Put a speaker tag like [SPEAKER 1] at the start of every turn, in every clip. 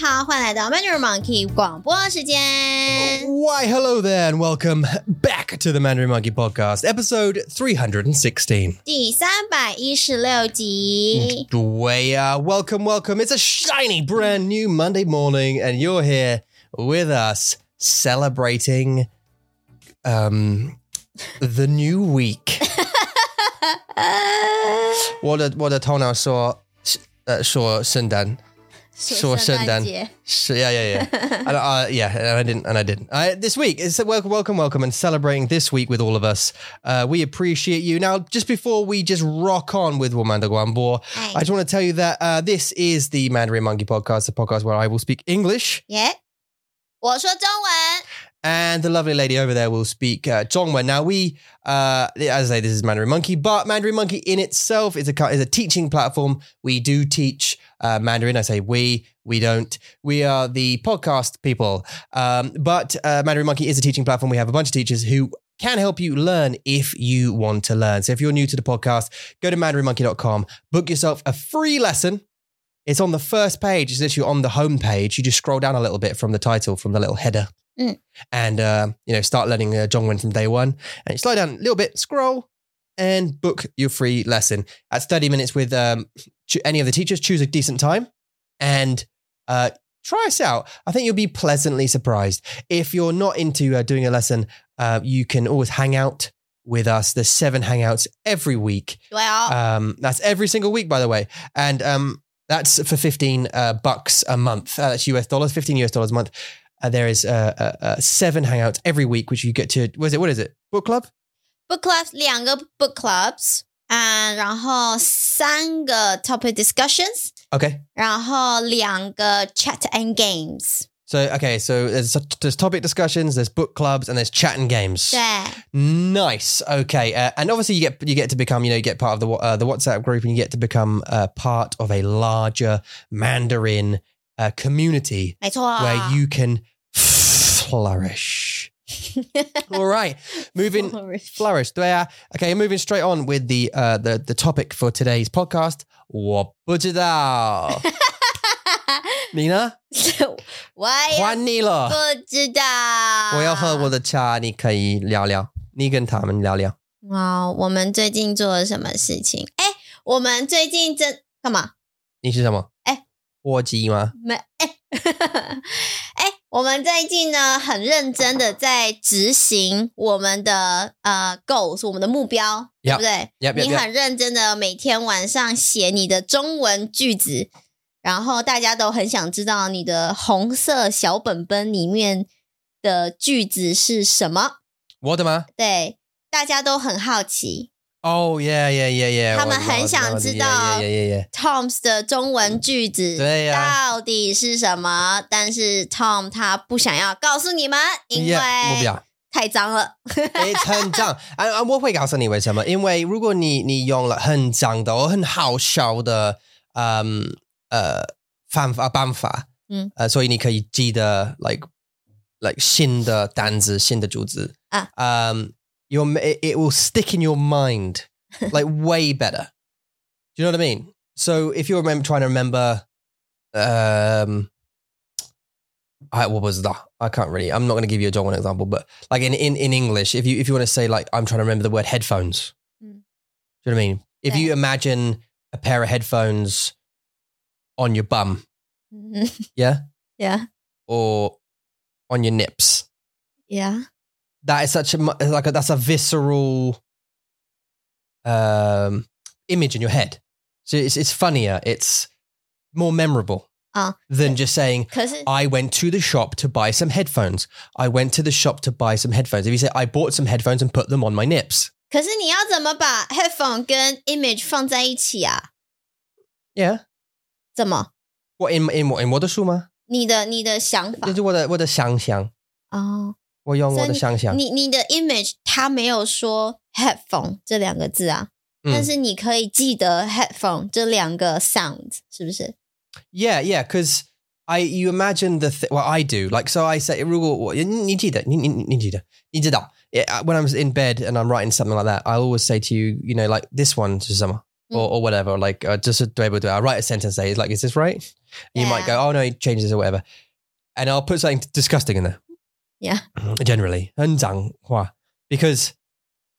[SPEAKER 1] 好，欢迎来到 Mandarin Monkey 广播时间。
[SPEAKER 2] Why, hello there, and welcome back to the Mandarin Monkey Podcast, episode 316.
[SPEAKER 1] 第三百一十六集，
[SPEAKER 2] Dwaya, welcome, welcome. It's a shiny, brand new Monday morning, and you're here with us celebrating um, the new week. 我的-我的头脑说- uh, 呃，说圣诞。说圣 诞
[SPEAKER 1] 节，
[SPEAKER 2] So, yeah, yeah, yeah. and, uh, yeah, and I didn't, and I didn't. I, this week, it's a welcome, welcome, welcome, and celebrating this week with all of us. Uh, we appreciate you. Now, just before we just rock on with Womanda Guambo,
[SPEAKER 1] Hey.
[SPEAKER 2] I just want to tell you that uh, this is the Mandarin Monkey Podcast, the podcast where I will speak English,
[SPEAKER 1] 耶！我说中文，
[SPEAKER 2] and the lovely lady over there will speak uh, Zhongwen. Now, we, uh, as I say, this is Mandarin Monkey, but Mandarin Monkey in itself is a ki- is a teaching platform. We do teach uh, Mandarin. I say we, we don't. We are the podcast people. Um, but uh, Mandarin Monkey is a teaching platform. We have a bunch of teachers who can help you learn if you want to learn. So if you're new to the podcast, go to mandarinmonkey.com, book yourself a free lesson. It's on the first page. It's literally on the homepage. You just scroll down a little bit from the title, from the little header,
[SPEAKER 1] Mm.
[SPEAKER 2] and uh, you know start learning uh, Zhongwen from day one. And you slide down a little bit, scroll, and book your free lesson. That's thirty minutes with um, cho- any of the teachers. Choose a decent time, and uh, try us out. I think you'll be pleasantly surprised. If you're not into uh, doing a lesson, uh, you can always hang out with us. There's seven hangouts every week.
[SPEAKER 1] 对哦，
[SPEAKER 2] Um, that's every single week, by the way, and um, that's for fifteen uh, bucks a month. Uh, that's US dollars, fifteen US dollars a month. Uh, there is uh, uh, uh, seven hangouts every week, which you get to. What is it? What is it? Book club?
[SPEAKER 1] book clubs 两个 book clubs，嗯，然后三个 topic discussions，
[SPEAKER 2] Okay.
[SPEAKER 1] 然后两个 chat and games，
[SPEAKER 2] So okay, so there's there's topic discussions, there's book clubs, and there's chat and games.
[SPEAKER 1] 对，
[SPEAKER 2] Nice. Okay, uh, and obviously you get you get to become you know you get part of the wa- uh, the WhatsApp group and you get to become uh, part of a larger Mandarin uh, community
[SPEAKER 1] 没错，
[SPEAKER 2] where you can flourish. All right, moving flourish. Yeah. Okay, moving straight on with the uh, the the topic for today's podcast. 我不知道。
[SPEAKER 1] 我也
[SPEAKER 2] 你呢？还你 了。
[SPEAKER 1] 不知道，
[SPEAKER 2] 我要喝我的茶，你可以聊聊，你跟他们聊聊。
[SPEAKER 1] 哇，哦我们最近做了什么事情？哎，我们最近真干嘛？
[SPEAKER 2] 你是什么？
[SPEAKER 1] 哎，
[SPEAKER 2] 火鸡吗？
[SPEAKER 1] 没哎哎，我们最近呢很认真的在执行我们的呃 goals，我们的目标对
[SPEAKER 2] Yep,
[SPEAKER 1] 不对
[SPEAKER 2] yep, yep,
[SPEAKER 1] 你很认真的每天晚上写你的中文句子，然后大家都很想知道你的红色小本本里面的句子是什么。
[SPEAKER 2] 我的吗
[SPEAKER 1] 对，大家都很好奇。
[SPEAKER 2] ？Oh yeah yeah yeah yeah。
[SPEAKER 1] 他们
[SPEAKER 2] 我的
[SPEAKER 1] 很想知道
[SPEAKER 2] 我的我的 Yeah uh, yeah yeah yeah, yeah。
[SPEAKER 1] Tom's 的中文句子
[SPEAKER 2] 嗯对呀
[SPEAKER 1] 到底是什么？但是 Tom 他不想要告诉你们，因
[SPEAKER 2] Yeah，我不
[SPEAKER 1] 为
[SPEAKER 2] 要。
[SPEAKER 1] 太脏了。
[SPEAKER 2] 诶，很脏。啊啊！我会告诉你为什么，因为如果你你用了很脏的、很好笑的，嗯呃方法办法，
[SPEAKER 1] 嗯
[SPEAKER 2] 呃，所以你可以记得，like like 新的单词、新的句子
[SPEAKER 1] 啊，
[SPEAKER 2] 嗯，your it it will stick in your mind like way better. Do you know what I mean? So if you're remember, trying to remember, um, I what was that? I can't really. I'm not going to give you a John one example, but like in, in in English, if you if you want to say like I'm trying to remember the word headphones,
[SPEAKER 1] Mm.
[SPEAKER 2] do you know what I mean? If you imagine a pair of headphones on your bum,
[SPEAKER 1] 嗯
[SPEAKER 2] yeah,
[SPEAKER 1] yeah,
[SPEAKER 2] or on your nips,
[SPEAKER 1] yeah.
[SPEAKER 2] that is such a mu- like a, that's a visceral um image in your head so it's it's funnier it's more memorable
[SPEAKER 1] Ah.
[SPEAKER 2] than just saying
[SPEAKER 1] 可是，
[SPEAKER 2] i went to the shop to buy some headphones i went to the shop to buy some headphones if you say i bought some headphones and put them on my nips
[SPEAKER 1] 可是你要怎么把 headphone 跟 image 放在一起啊？
[SPEAKER 2] yeah
[SPEAKER 1] 怎么？
[SPEAKER 2] what in in what in
[SPEAKER 1] 你的你的想法
[SPEAKER 2] 我的书吗？就是我的我的想象，我用我的想象。
[SPEAKER 1] 哦你你的 image 它没有说 headphone 这两个字啊，
[SPEAKER 2] 嗯
[SPEAKER 1] 但是你可以记得 headphone 这两个 sound 是不是？
[SPEAKER 2] Yeah, yeah, because I you imagine the th- well I do like so I say 如果我你记得你你你记得你知道 yeah, uh, when I'm in bed and I'm writing something like that I always say to you
[SPEAKER 1] Mm.
[SPEAKER 2] uh, you know like this one to summer or, or whatever like uh, just a I write a sentence say like is this right You might
[SPEAKER 1] Yeah.
[SPEAKER 2] go, oh no, he changed this or whatever. And I'll put something disgusting in there.
[SPEAKER 1] Yeah.
[SPEAKER 2] Generally. 很脏话. Because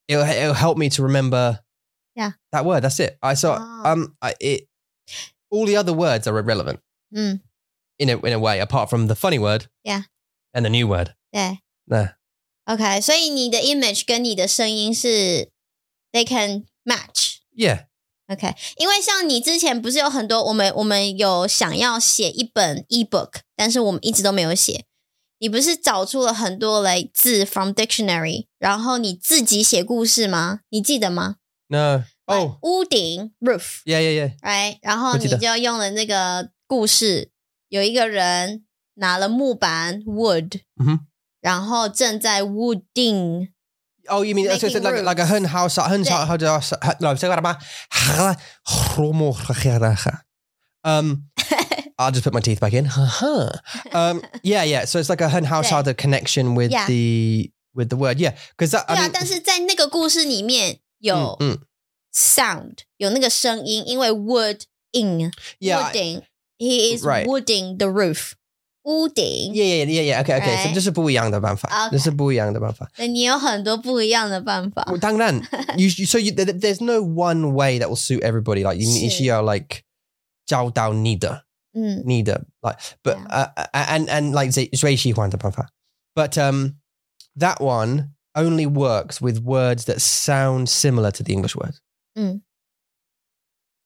[SPEAKER 2] it'll, it'll help me to remember
[SPEAKER 1] Yeah.
[SPEAKER 2] that word. That's it. I saw
[SPEAKER 1] Oh.
[SPEAKER 2] um I, it all the other words are irrelevant
[SPEAKER 1] 嗯，
[SPEAKER 2] in a in a way, apart from the funny word.
[SPEAKER 1] Hmm. Yeah.
[SPEAKER 2] And the new word.
[SPEAKER 1] 对
[SPEAKER 2] Nah.
[SPEAKER 1] ，OK，所以你的 image 跟你的声音是 they can match。
[SPEAKER 2] Yeah.
[SPEAKER 1] OK，因为像你之前不是有很多，我们我们有想要写一本 ebook，但是我们一直都没有写。你不是找出了很多来字 from dictionary，然后你自己写故事吗？你记得吗？
[SPEAKER 2] No.
[SPEAKER 1] Like
[SPEAKER 2] Oh.
[SPEAKER 1] 屋顶 roof，
[SPEAKER 2] Yeah, yeah, yeah.
[SPEAKER 1] 哎、然后
[SPEAKER 2] 我
[SPEAKER 1] 你
[SPEAKER 2] 记得
[SPEAKER 1] 就用了那个故事，有一个人拿了木板 wood，、
[SPEAKER 2] 嗯哼
[SPEAKER 1] 然后正在 wooding，
[SPEAKER 2] Oh, you mean so it's
[SPEAKER 1] Making
[SPEAKER 2] like
[SPEAKER 1] roots.
[SPEAKER 2] like a hun house hun
[SPEAKER 1] Yeah.
[SPEAKER 2] how do I s- h- no say what about um I'll just put my teeth back in. Huh. um yeah, yeah. So it's like a hun house
[SPEAKER 1] Yeah.
[SPEAKER 2] a connection with
[SPEAKER 1] Yeah.
[SPEAKER 2] the with the word. Yeah. Because that
[SPEAKER 1] 对啊
[SPEAKER 2] I mean,
[SPEAKER 1] 但是在那个故事里面有。
[SPEAKER 2] mm, mm.
[SPEAKER 1] sound 有那个声音，因为 wood in
[SPEAKER 2] Yeah, I-
[SPEAKER 1] wooding he is
[SPEAKER 2] Right.
[SPEAKER 1] wooding the roof 屋顶
[SPEAKER 2] yeah, yeah, yeah, yeah. Okay, okay. So
[SPEAKER 1] Right.
[SPEAKER 2] this is 不一样的办法.
[SPEAKER 1] Okay.
[SPEAKER 2] This is 不一样的办法.
[SPEAKER 1] 对你有很多不一样的办法。
[SPEAKER 2] Well, dang then. You, you so you, there, there's no one way that will suit everybody. Like you need
[SPEAKER 1] Sure.
[SPEAKER 2] to like 教到你的.
[SPEAKER 1] 嗯
[SPEAKER 2] neither like but uh, uh, and and like say Zuishi Huan But um that one only works with words that sound similar to the English word.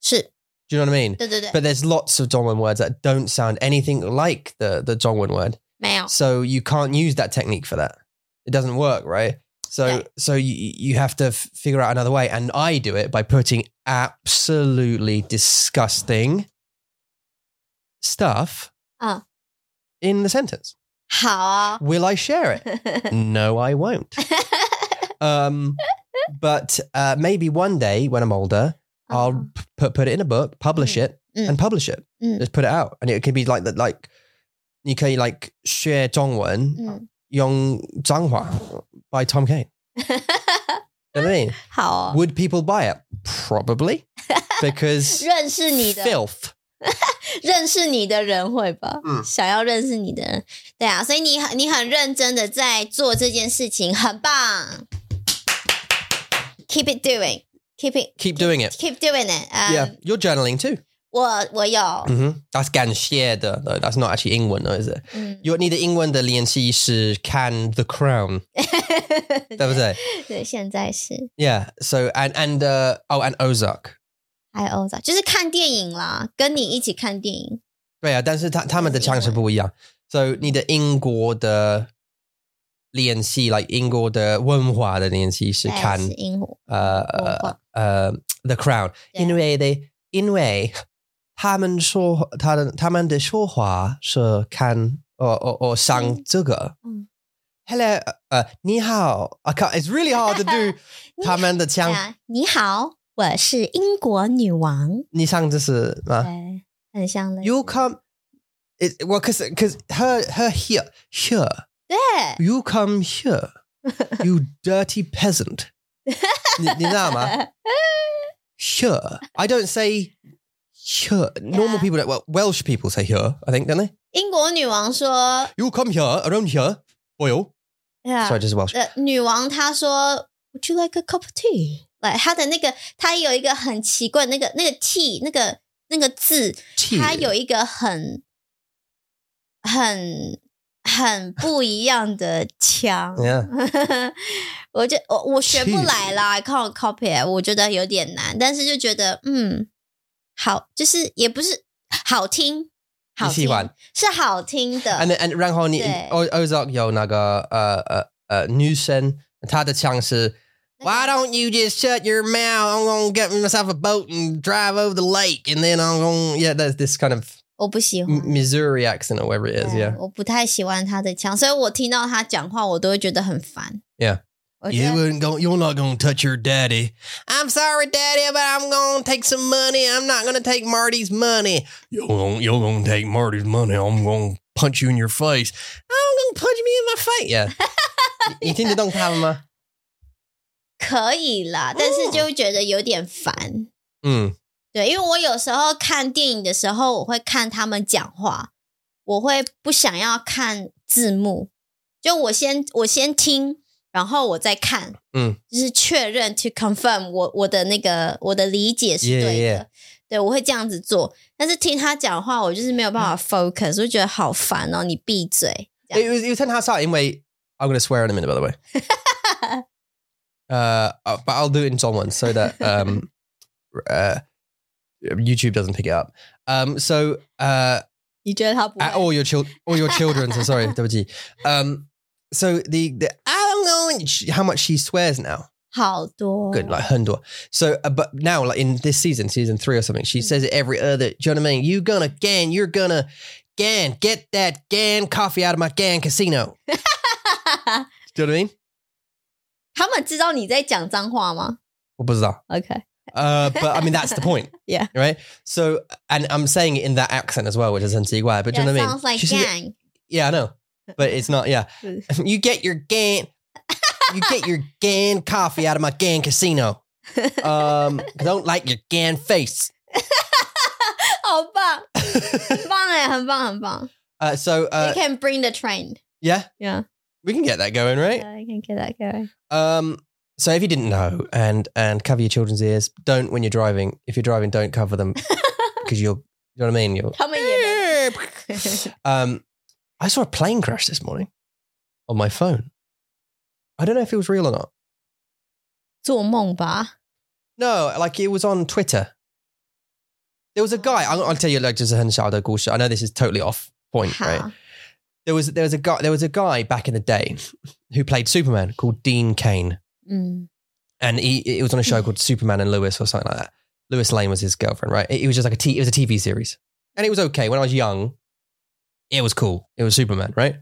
[SPEAKER 1] 是
[SPEAKER 2] Do you know what I mean?
[SPEAKER 1] 对对对
[SPEAKER 2] But there's lots of Dongwon words that don't sound anything like the the Dongwon word.
[SPEAKER 1] 没有
[SPEAKER 2] So you can't use that technique for that. It doesn't work, right? So
[SPEAKER 1] Yeah.
[SPEAKER 2] so you you have to f- figure out another way and I do it by putting absolutely disgusting stuff
[SPEAKER 1] Uh.
[SPEAKER 2] in the sentence.
[SPEAKER 1] 好啊、
[SPEAKER 2] Will I share it? no, I won't. Um, but uh, maybe one day when I'm older, I'll p- put put it in a book, publish it,
[SPEAKER 1] Uh-huh. Mm.
[SPEAKER 2] and publish it.
[SPEAKER 1] Mm.
[SPEAKER 2] Just put it out, and it could be like that. Like you can like share Zhongwen
[SPEAKER 1] 嗯
[SPEAKER 2] Yong Zhanghua by Tom Kane. You know what I mean,
[SPEAKER 1] 好啊、
[SPEAKER 2] would people buy it? Probably because
[SPEAKER 1] 认识你的
[SPEAKER 2] filth.
[SPEAKER 1] 认识你的人会吧，
[SPEAKER 2] 嗯
[SPEAKER 1] 想要认识你的人，对啊，所以你很你很认真的在做这件事情，很棒，keep it doing，keep it
[SPEAKER 2] Keep doing it.
[SPEAKER 1] keep doing it，啊、
[SPEAKER 2] yeah, you're journaling too.
[SPEAKER 1] 我我有，
[SPEAKER 2] hmm That's ganxier though. That's not actually Ingwen though, is it?
[SPEAKER 1] 嗯，
[SPEAKER 2] You're neither England the Lianxi is can the crown. 对不对？
[SPEAKER 1] 对，现在是
[SPEAKER 2] Yeah. So and and uh oh and Ozark.
[SPEAKER 1] 还有 Ozark，就是看电影啦，跟你一起看电影，
[SPEAKER 2] 对啊，但是他他们的腔是不一样。So 你的英国的练习，like 英国的文化的练习是
[SPEAKER 1] 对
[SPEAKER 2] 看
[SPEAKER 1] 是英国文化。
[SPEAKER 2] 呃呃呃 uh, um, The Crown，
[SPEAKER 1] 对。
[SPEAKER 2] 因为的因为他们说他的他们的说话是看哦哦哦像这个。
[SPEAKER 1] 嗯。
[SPEAKER 2] Hello，呃，你好，I can't. It's really hard to do
[SPEAKER 1] 你好对
[SPEAKER 2] 他们的腔。
[SPEAKER 1] 啊，你好，我是英国女王，
[SPEAKER 2] 你唱这是吗？
[SPEAKER 1] 对，很像的，
[SPEAKER 2] 啊 You come. It, well, because because her her here here
[SPEAKER 1] 对，
[SPEAKER 2] you come here, you dirty peasant. 你你知道吗？Here, I don't say here. Normal
[SPEAKER 1] Yeah.
[SPEAKER 2] people, don't, well, Welsh people say here. I think, don't they?
[SPEAKER 1] 英国女王说，
[SPEAKER 2] You come here around here, boy.
[SPEAKER 1] 对啊
[SPEAKER 2] Sorry, just Welsh.
[SPEAKER 1] 呃，女王她说，Would you like a cup of tea？来，她的那个，她有一个很奇怪，那个那个 tea 那个那个字，
[SPEAKER 2] Tea.
[SPEAKER 1] 它有一个很很很不一样的腔。
[SPEAKER 2] Yeah.
[SPEAKER 1] 我就我我学不
[SPEAKER 2] Tea
[SPEAKER 1] 来啦，靠 copy，我觉得有点难，但是就觉得嗯，好，就是也不是好听，好
[SPEAKER 2] 喜
[SPEAKER 1] 听
[SPEAKER 2] 欢啊
[SPEAKER 1] 是好听的。
[SPEAKER 2] And and 然后你
[SPEAKER 1] 对。
[SPEAKER 2] O- Ozark uh, 有那个呃呃呃女生，她的腔是。Why don't you just shut your mouth? I'm gonna get myself a boat and drive over the lake, and then I'm gonna yeah. There's this kind of
[SPEAKER 1] 我不喜欢
[SPEAKER 2] M- Missouri accent or whatever it is.
[SPEAKER 1] 对
[SPEAKER 2] Yeah,
[SPEAKER 1] 哦我不太喜欢他的腔，所以我听到他讲话，我都会觉得很烦。
[SPEAKER 2] Yeah.
[SPEAKER 1] 我觉得
[SPEAKER 2] wouldn't go. You're not gonna touch your daddy. I'm sorry, daddy, but I'm gonna take some money. I'm not gonna take Marty's money. You're gonna, you're gonna take Marty's money. I'm gonna punch you in your face. I'm gonna punch me in my face. Yeah. 你听得懂他们吗？
[SPEAKER 1] 可以啦，但是就会觉得有点烦。
[SPEAKER 2] 嗯，
[SPEAKER 1] 对，因为我有时候看电影的时候，我会看他们讲话，我会不想要看字幕，就我先我先听，然后我再看，
[SPEAKER 2] 嗯，
[SPEAKER 1] 就是确认 to confirm 我我的那个我的理解是对
[SPEAKER 2] Yeah,
[SPEAKER 1] 的
[SPEAKER 2] yeah.
[SPEAKER 1] 对，我会这样子做。但是听他讲话，我就是没有办法
[SPEAKER 2] 嗯
[SPEAKER 1] focus，、我就觉得好烦哦，你闭嘴。这
[SPEAKER 2] It
[SPEAKER 1] 样
[SPEAKER 2] was it was ten house out anyway. I'm gonna swear in a minute, by the way. uh, uh, but I'll do it in Zongwen so that um, uh, YouTube doesn't pick it up. Um, so uh,
[SPEAKER 1] 你觉得他不会
[SPEAKER 2] at all your children, all your children. So sorry, WG. Um, so the the I'm going. How much she swears now?
[SPEAKER 1] 好多
[SPEAKER 2] Good, like hundred. So, uh, but now, like in this season, season three or something,
[SPEAKER 1] Hmm.
[SPEAKER 2] she says it every other. Do you know what I mean? You gonna gan? You're gonna gan? Get that gan coffee out of my gan casino. Do you know what I mean?
[SPEAKER 1] 他们知道你在讲脏话吗
[SPEAKER 2] 我不知道。
[SPEAKER 1] ？OK，
[SPEAKER 2] Uh, but I mean, that's the point.
[SPEAKER 1] Yeah.
[SPEAKER 2] Right. So, and I'm saying it in that accent as well, which is Antigua. But do you know what I mean?
[SPEAKER 1] sounds like
[SPEAKER 2] She said-
[SPEAKER 1] gang.
[SPEAKER 2] yeah, I know. But it's not. Yeah. you get your gan. You get your gan coffee out of my gan casino. Um, 'cause I don't like your gan face.
[SPEAKER 1] 好棒，很棒哎，很棒，很棒。
[SPEAKER 2] Uh, so
[SPEAKER 1] You
[SPEAKER 2] uh,
[SPEAKER 1] can bring the train.
[SPEAKER 2] yeah,
[SPEAKER 1] Yeah,
[SPEAKER 2] we can get that going, right?
[SPEAKER 1] yeah, you can get that going.
[SPEAKER 2] Um, so if you didn't know, and and cover your children's ears. Don't when you're driving. If you're driving, don't cover them because you'll. You know what I mean? You'll
[SPEAKER 1] 他们也没
[SPEAKER 2] um, I saw a plane crash this morning on my phone. I don't know if it was real or not.
[SPEAKER 1] 做梦 吧。
[SPEAKER 2] No, like it was on Twitter. There was a guy. I'll, I'll tell you, like, just a Henshadow Gulsha. I know this is totally off point, right?
[SPEAKER 1] 好，
[SPEAKER 2] There was there was a guy there was a guy back in the day who played Superman called Dean Kane,
[SPEAKER 1] 嗯
[SPEAKER 2] and he it was on a show called Superman and Lewis or something like that. Lewis Lane was his girlfriend, right? It, it was just like a t- it was a TV series, and it was okay when I was young. It was cool. It was Superman, right?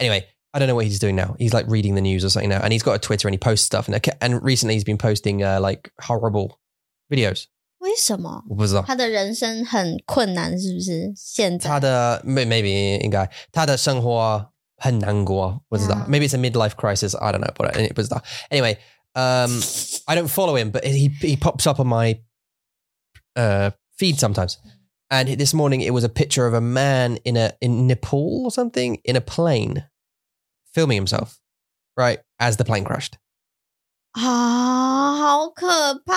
[SPEAKER 2] Anyway, I don't know what he's doing now. He's like reading the news or something now, and he's got a Twitter and he posts stuff, and and recently he's been posting uh, like horrible videos.
[SPEAKER 1] 为什么
[SPEAKER 2] 我不知道。
[SPEAKER 1] 他的人生很困难？是不是？现在
[SPEAKER 2] 哦他的 may- maybe 应该他的生活很难过，不知道。
[SPEAKER 1] Yeah.
[SPEAKER 2] Maybe it's a midlife crisis. I don't know, but I- 不知道。Anyway, um, I don't follow him, but he he pops up on my uh feed sometimes. And this morning it was a picture of a man in a in Nepal or something in a plane, filming himself, right as the plane crashed.
[SPEAKER 1] 啊，好可怕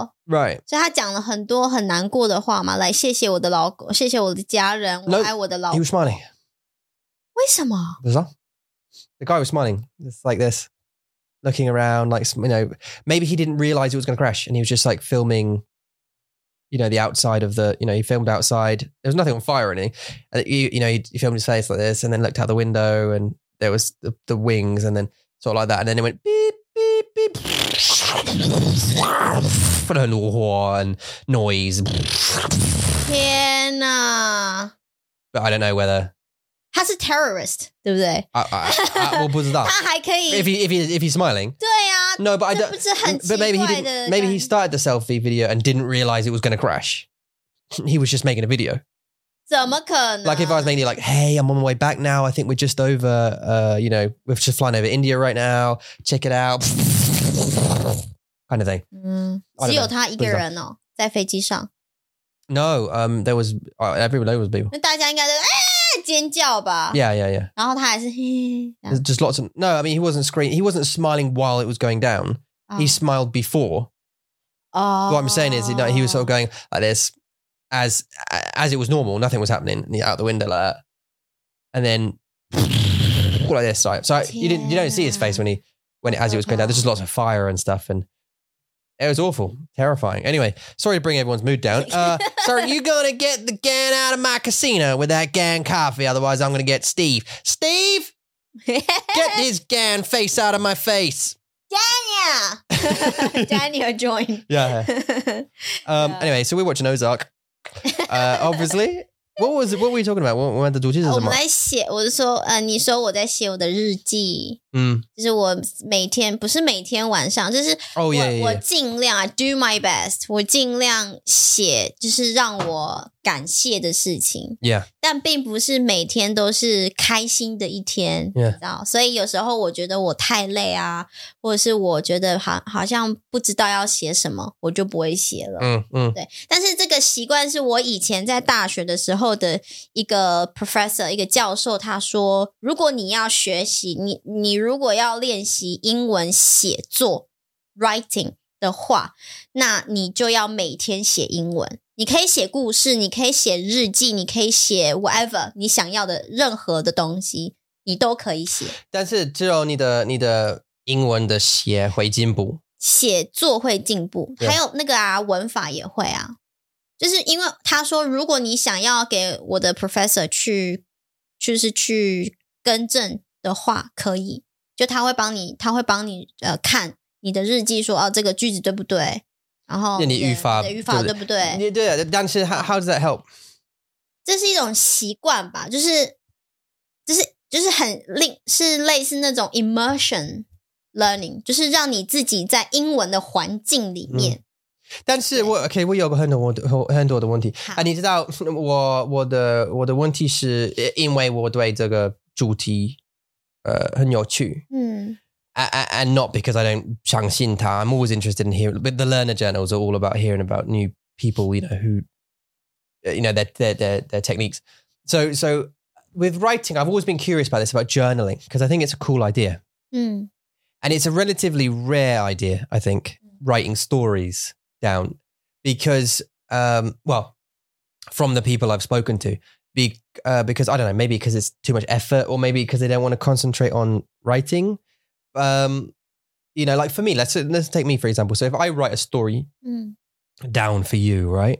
[SPEAKER 1] 哦！
[SPEAKER 2] Right.
[SPEAKER 1] 所以他讲了很多很难过的话嘛，来谢谢我的老公，谢谢我的家人，我
[SPEAKER 2] No，
[SPEAKER 1] 爱我的老
[SPEAKER 2] He
[SPEAKER 1] 公。
[SPEAKER 2] was smiling.
[SPEAKER 1] 为什么？
[SPEAKER 2] There's that. The guy was smiling, just like this, looking around, like you know, maybe he didn't realize it was going to crash, and he was just like filming, you know, the outside of the, you know, he filmed outside. There was nothing on fire or anything. And you, you know, he, he filmed his face like this, and then looked out the window, and there was the, the wings, and then sort of like that, and then it went beep beep beep, and noise.
[SPEAKER 1] 天哪！
[SPEAKER 2] But I don't know whether
[SPEAKER 1] 他是 terrorist，对不对？
[SPEAKER 2] I, I, I, 我不知道。
[SPEAKER 1] 他还可以
[SPEAKER 2] if he if he if he's smiling.
[SPEAKER 1] 对啊，
[SPEAKER 2] No, but 啊 I
[SPEAKER 1] 这
[SPEAKER 2] don't.
[SPEAKER 1] 不是很奇
[SPEAKER 2] but maybe he
[SPEAKER 1] 怪
[SPEAKER 2] didn't.
[SPEAKER 1] 的？
[SPEAKER 2] Maybe he started the selfie video and didn't realize it was going to crash. He was just making a video.
[SPEAKER 1] 怎么可能
[SPEAKER 2] Like if I was mainly like, "Hey, I'm on my way back now. I think we're just over. Uh, you know, we're just flying over India right now. Check it out." kind of thing.
[SPEAKER 1] 嗯
[SPEAKER 2] I don't，know，
[SPEAKER 1] 只有他一个
[SPEAKER 2] 不知道
[SPEAKER 1] 人哦，在飞机上，
[SPEAKER 2] No, um, there was uh, everyone there was people.
[SPEAKER 1] 那大家应该都哎尖叫吧？
[SPEAKER 2] Yeah, yeah, yeah.
[SPEAKER 1] 然后他还是嘿嘿嘿
[SPEAKER 2] There's just lots of no. I mean, he wasn't screen. He wasn't smiling while it was going down.
[SPEAKER 1] 这样
[SPEAKER 2] He smiled before.
[SPEAKER 1] 啊哦
[SPEAKER 2] What I'm saying is, you know, he was sort of going like this, as as it was normal, nothing was happening, and he out the window like that, and then like this, right? So you didn't you don't see his face when he when it, as it was going down. There's just lots of fire and stuff, and it was awful, terrifying. Anyway, sorry to bring everyone's mood down. Uh, so are you gonna get the gan out of my casino with that gan coffee? Otherwise, I'm gonna get Steve. Steve, get this gan face out of my face.
[SPEAKER 1] Daniel，Daniel join，
[SPEAKER 2] Yeah. Um,
[SPEAKER 1] Yeah.
[SPEAKER 2] Anyway, so we're watching Ozark, uh, obviously, What was it? What were you talking
[SPEAKER 1] 哦
[SPEAKER 2] about?
[SPEAKER 1] 我们
[SPEAKER 2] 我我们的主题是什么？
[SPEAKER 1] 在写，我是说，呃，你说我在写我的日记，
[SPEAKER 2] Mm.
[SPEAKER 1] 就是我每天不是每天晚上，就是我、
[SPEAKER 2] Oh yeah, yeah,
[SPEAKER 1] 我
[SPEAKER 2] yeah.
[SPEAKER 1] 尽量啊，do my best，我尽量写，就是让我感谢的事情，
[SPEAKER 2] Yeah.
[SPEAKER 1] 但并不是每天都是开心的一天
[SPEAKER 2] Yeah.
[SPEAKER 1] 你知道？所以有时候我觉得我太累啊，或者是我觉得好好像不知道要写什么，我就不会写了。
[SPEAKER 2] 嗯嗯
[SPEAKER 1] 对，但是这个习惯是我以前在大学的时候的一个 professor，一个教授，他说，如果你要学习，你你如果要练习英文写作 writing 的话，那你就要每天写英文。你可以写故事，你可以写日记，你可以写 whatever 你想要的任何的东西，你都可以写。
[SPEAKER 2] 但是只有你的你的英文的写会进步。
[SPEAKER 1] 写作会进步，
[SPEAKER 2] 对
[SPEAKER 1] 还有那个啊，文法也会啊。就是因为他说，如果你想要给我的 professor 去，就是去更正的话，可以，就他会帮你，他会帮你呃看你的日记说，哦这个句子对不对，然后
[SPEAKER 2] 那你
[SPEAKER 1] 的
[SPEAKER 2] 语法
[SPEAKER 1] 你的语法
[SPEAKER 2] 对
[SPEAKER 1] 对
[SPEAKER 2] 不
[SPEAKER 1] 不对？
[SPEAKER 2] 对啊，但是 how how does that help?
[SPEAKER 1] 这是一种习惯吧，就是就是就是很令是类似那种 immersion learning，就是让你自己在英文的环境
[SPEAKER 2] 嗯
[SPEAKER 1] 里面。
[SPEAKER 2] 但是我 OK，我有个很多我的很多的问题
[SPEAKER 1] 好
[SPEAKER 2] 啊，你知道我我的我的问题是呃因为我对这个主题呃很有趣。
[SPEAKER 1] 嗯
[SPEAKER 2] a- a- And not because I don't 相信他 I'm always interested in hearing, but the learner journals are all about hearing about new people, you know, who, uh, you know, their their their, their techniques. So so with writing, I've always been curious about this about journaling because I think it's a cool idea.
[SPEAKER 1] 嗯
[SPEAKER 2] And it's a relatively rare idea, I think, writing stories down because, um, well, from the people I've spoken to, be, uh, because I don't know, maybe because it's too much effort or maybe because they don't want to concentrate on writing. Um, you know, like for me, let's, let's take me for example. So if I write a story
[SPEAKER 1] 嗯
[SPEAKER 2] down for you, right?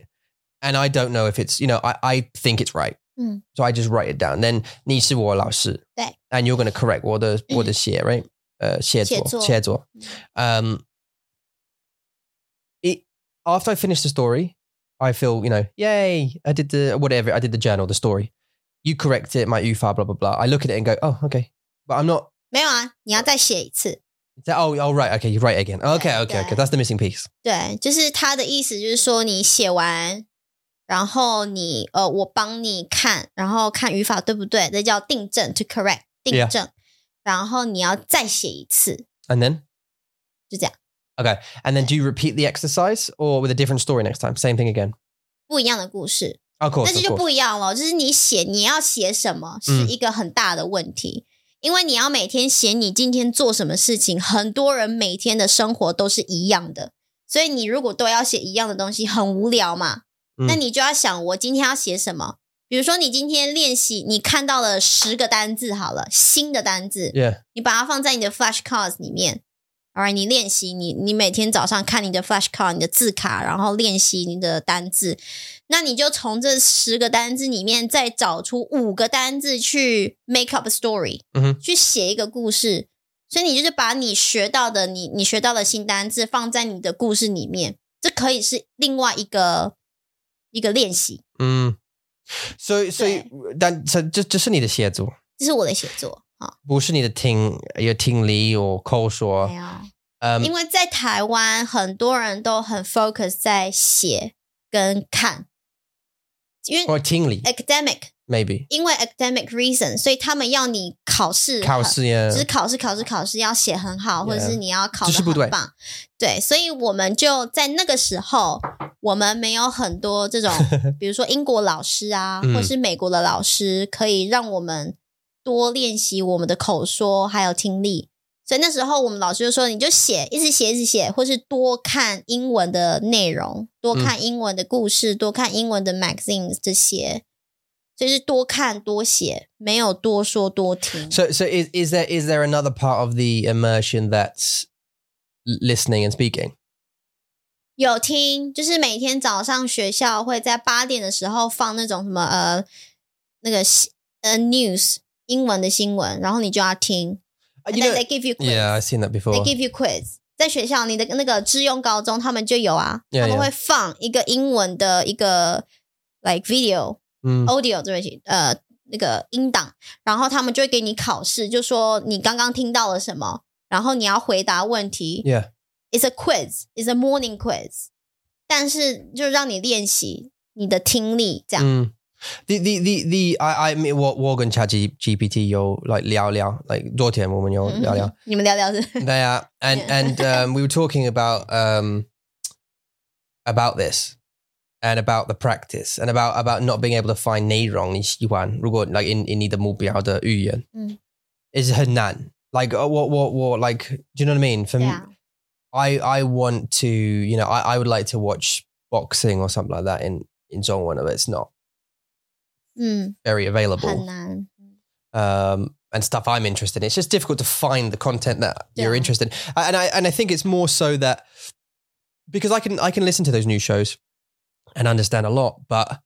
[SPEAKER 2] And I don't know if it's, you know, I, I think it's right.
[SPEAKER 1] Mm.
[SPEAKER 2] So I just write it down. Then 你是我老师.
[SPEAKER 1] Right.
[SPEAKER 2] And you're going to correct 我的,我的写, right? Uh, 写作,
[SPEAKER 1] 写作。
[SPEAKER 2] 写作. Um, it, after I finish the story, I feel, you know, yay, I did the, whatever, I did the journal, the story. You correct it, my UFA, blah, blah, blah. I look at it and go, oh, okay. But I'm not,
[SPEAKER 1] 没有啊，你要再写一次。
[SPEAKER 2] oh, oh right, okay, you write it again. Okay,
[SPEAKER 1] Yeah,
[SPEAKER 2] okay,
[SPEAKER 1] yeah.
[SPEAKER 2] okay. That's the missing piece.
[SPEAKER 1] 对，就是他的意思，就是说你写完，然后你呃，我帮你看，然后看语法对不对，这叫订正 to correct 订
[SPEAKER 2] Yeah.
[SPEAKER 1] 正。然后你要再写一次，
[SPEAKER 2] And then?
[SPEAKER 1] 就这样，
[SPEAKER 2] Okay. And then do you repeat the exercise or with a different story next time? Same thing again.
[SPEAKER 1] 不一样的故事，
[SPEAKER 2] Of course.
[SPEAKER 1] 但是
[SPEAKER 2] of
[SPEAKER 1] 就
[SPEAKER 2] course.
[SPEAKER 1] 不一样了。就是你写你要写什么是
[SPEAKER 2] 嗯
[SPEAKER 1] 一个很大的问题，因为你要每天写你今天做什么事情。很多人每天的生活都是一样的，所以你如果都要写一样的东西，很无聊嘛。
[SPEAKER 2] 嗯
[SPEAKER 1] 那你就要想我今天要写什么。比如说，你今天练习，你看到了十个单字，好了，新的单字，
[SPEAKER 2] Yeah.
[SPEAKER 1] 你把它放在你的 flashcards 里面。而你练习，你你每天早上看你的 flashcard，你的字卡，然后练习你的单字。那你就从这十个单字里面再找出五个单字去 make up a story，、
[SPEAKER 2] 嗯哼
[SPEAKER 1] 去写一个故事。所以你就是把你学到的，你你学到的新单字放在你的故事里面，这可以是另外一个一个练习。
[SPEAKER 2] Mm. So, so,
[SPEAKER 1] 对。
[SPEAKER 2] 但, so just, just 你的写作,不是你的听,
[SPEAKER 1] 这是我的写作啊，
[SPEAKER 2] your 听力 or 口说,
[SPEAKER 1] 没有。
[SPEAKER 2] um,
[SPEAKER 1] 因为在台湾，很多人都很 focus 在写跟看，因为
[SPEAKER 2] or 听力,
[SPEAKER 1] academic，
[SPEAKER 2] maybe.
[SPEAKER 1] 因为 academic reason，所以他们要你考试很，
[SPEAKER 2] 考试, yeah.
[SPEAKER 1] 就是考试，考试，考试要写很好，或者
[SPEAKER 2] Yeah
[SPEAKER 1] 是你要考
[SPEAKER 2] 这
[SPEAKER 1] 得
[SPEAKER 2] 是不对
[SPEAKER 1] 很棒，对，所以我们就在那个时候，我们没有很多 这种，比如说英国老师啊，
[SPEAKER 2] 嗯
[SPEAKER 1] 或是美国的老师，可以让我们多练习我们的口说还有听力。所以那时候我们老师就说，你就写，一直写，一直写，或是多看英文的内容，多
[SPEAKER 2] 嗯
[SPEAKER 1] 看英文的故事，多看英文的 magazines 这些。所以是多看多写，没有多说多听。
[SPEAKER 2] So, so is, is there, is there another part of the immersion that's l- listening and speaking?
[SPEAKER 1] 有听，就是每天早上学校会在八点的时候放那种什么呃那个新呃 news 英文的新闻，然后你就要听。
[SPEAKER 2] Uh,
[SPEAKER 1] And
[SPEAKER 2] You
[SPEAKER 1] then
[SPEAKER 2] know,
[SPEAKER 1] they give you quiz.
[SPEAKER 2] yeah, 哦 I've seen that
[SPEAKER 1] They
[SPEAKER 2] before.
[SPEAKER 1] give you quiz. 在学校，你的那个智用高中他们就有啊
[SPEAKER 2] Yeah,
[SPEAKER 1] 他
[SPEAKER 2] yeah.
[SPEAKER 1] 们会放一个英文的一个 like video，
[SPEAKER 2] 嗯
[SPEAKER 1] audio 对不起，呃，那个音档，然后他们就会给你考试，就说你刚刚听到了什么，然后你要回答问题。
[SPEAKER 2] Yeah.
[SPEAKER 1] It's a quiz, it's a morning quiz，但是就让你练习你的听力，这样。
[SPEAKER 2] Mm. The the the the I I mean what Morgan Chat GPT 有 like 聊聊 like 昨天我们有
[SPEAKER 1] 嗯
[SPEAKER 2] 聊聊，
[SPEAKER 1] 你们聊聊是
[SPEAKER 2] they are and
[SPEAKER 1] Yeah.
[SPEAKER 2] and um, we were talking about um about this and about the practice and about about not being able to find 内容你喜欢如果 like in in 你的目标的语言
[SPEAKER 1] 嗯。
[SPEAKER 2] is很难 like uh, what what what like do you know what I mean for me-
[SPEAKER 1] Yeah.
[SPEAKER 2] I I want to you know I I would like to watch boxing or something like that in in Zhongwen but it's not
[SPEAKER 1] 嗯，
[SPEAKER 2] very
[SPEAKER 1] 很
[SPEAKER 2] available
[SPEAKER 1] 难。
[SPEAKER 2] um, and stuff I'm interested in. It's just difficult to find the content that you're
[SPEAKER 1] Yeah.
[SPEAKER 2] interested in. And I and I think it's more so that because I can I can listen to those new shows and understand a lot, but